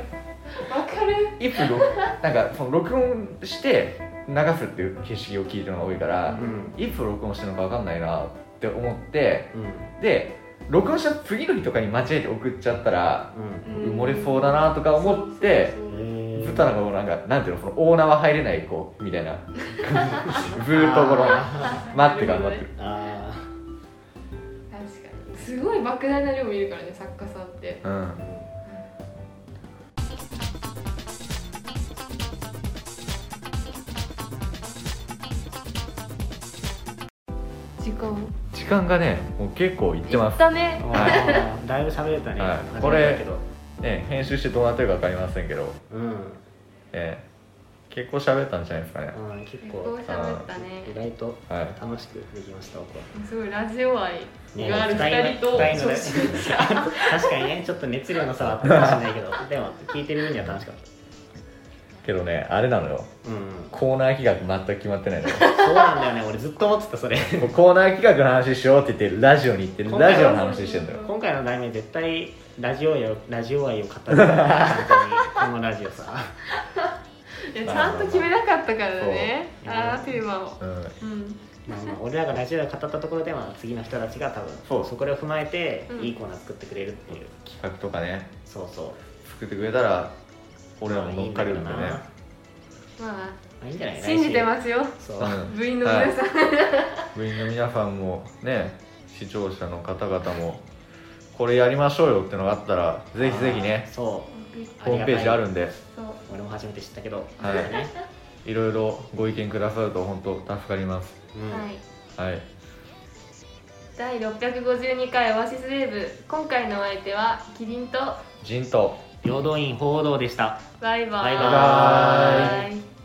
[SPEAKER 1] わかる
[SPEAKER 2] 一分録 <laughs> なんかその録音して流すっていう景色を聞いてるのが多いから
[SPEAKER 3] うん
[SPEAKER 2] いつ録音してるのか分かんないなって思って
[SPEAKER 3] うん
[SPEAKER 2] で録音した次の日とかに間違えて送っちゃったら
[SPEAKER 3] う
[SPEAKER 2] 埋
[SPEAKER 3] ん
[SPEAKER 2] もれそうだなとか思っ
[SPEAKER 1] そ
[SPEAKER 2] て
[SPEAKER 1] うそうそう
[SPEAKER 3] え
[SPEAKER 2] ずっ
[SPEAKER 3] ー
[SPEAKER 2] となんかもうなんかなんていうのそのオーナーは入れない子み
[SPEAKER 3] <laughs>
[SPEAKER 2] たいなずーっとこの
[SPEAKER 3] あ
[SPEAKER 2] 待って頑張ってる
[SPEAKER 3] ーあ
[SPEAKER 1] 確かにすごい莫大な量もいるからね作家さんって
[SPEAKER 2] うん
[SPEAKER 3] ー
[SPEAKER 1] 時間
[SPEAKER 2] 時間がねもう結構いってます、
[SPEAKER 1] たね
[SPEAKER 3] あーだいぶ喋れたね、
[SPEAKER 2] はい
[SPEAKER 3] 初めてだけど
[SPEAKER 2] ね、編集してどうなってるか分かりませんけど、
[SPEAKER 3] うん
[SPEAKER 2] えー結構喋ったんじゃないですかね、
[SPEAKER 3] うん結
[SPEAKER 1] 結構
[SPEAKER 3] 構
[SPEAKER 1] 喋ったね
[SPEAKER 3] 意外と
[SPEAKER 2] はい
[SPEAKER 3] 楽しくできました僕は
[SPEAKER 1] すごいラジオ愛
[SPEAKER 3] ね
[SPEAKER 1] がある
[SPEAKER 3] 二
[SPEAKER 1] 2人と
[SPEAKER 3] 二人のね
[SPEAKER 1] 初心者
[SPEAKER 3] <laughs> 確かにねちょっと熱量の差はあったかもしれないけどでも聞いてる分には楽しかっ
[SPEAKER 2] けどねあれなのよ
[SPEAKER 3] たうん
[SPEAKER 2] コーナー企画全く決まってないのよ <laughs>
[SPEAKER 3] そうなんだよね俺ずっと思ってたそれ
[SPEAKER 2] もうコーナー企画の話しようって言ってラジオに行って
[SPEAKER 3] 今回
[SPEAKER 2] ラ
[SPEAKER 3] は
[SPEAKER 2] ジオの話してんだよ
[SPEAKER 3] 今回の題名絶対ラジオ愛をラジオ愛を語る本当にこのラ
[SPEAKER 2] <laughs>
[SPEAKER 3] ジオさ
[SPEAKER 1] いやちゃんと決めなかったからね
[SPEAKER 3] そう
[SPEAKER 1] ああテーマを
[SPEAKER 2] うん
[SPEAKER 1] うん
[SPEAKER 3] まあまあ俺らがラジオで語ったところでは次の人たちが多分
[SPEAKER 2] そう
[SPEAKER 3] これを踏まえて
[SPEAKER 1] うん
[SPEAKER 3] いいコーナー作ってくれるっていう、
[SPEAKER 2] 企画とかね
[SPEAKER 3] そうそう
[SPEAKER 2] 作ってくれたら俺らも乗っかれるんでね
[SPEAKER 3] まあいいんだろ
[SPEAKER 1] ま
[SPEAKER 3] まあいいんじゃな
[SPEAKER 1] あ
[SPEAKER 3] い
[SPEAKER 1] 信じて
[SPEAKER 3] す
[SPEAKER 1] ますよ
[SPEAKER 3] そう、
[SPEAKER 2] うん
[SPEAKER 1] 部員の皆さん
[SPEAKER 2] 部員の皆さんもね視聴者の方々もこれやりましょうよってのがあったらぜひぜひね
[SPEAKER 3] そあー
[SPEAKER 2] ホームページあるんで
[SPEAKER 1] そう
[SPEAKER 3] う俺も初めて知ったけど
[SPEAKER 2] はい
[SPEAKER 3] そうだね
[SPEAKER 2] いろいろご意見くださると本当助かります
[SPEAKER 3] うん
[SPEAKER 1] はい
[SPEAKER 2] はい
[SPEAKER 1] 第652回オアシスウェーブ今回のお相手はキリンと
[SPEAKER 2] ジンと
[SPEAKER 3] 平等院報道でした
[SPEAKER 1] バイバーイ
[SPEAKER 3] バイ
[SPEAKER 2] バ
[SPEAKER 1] イ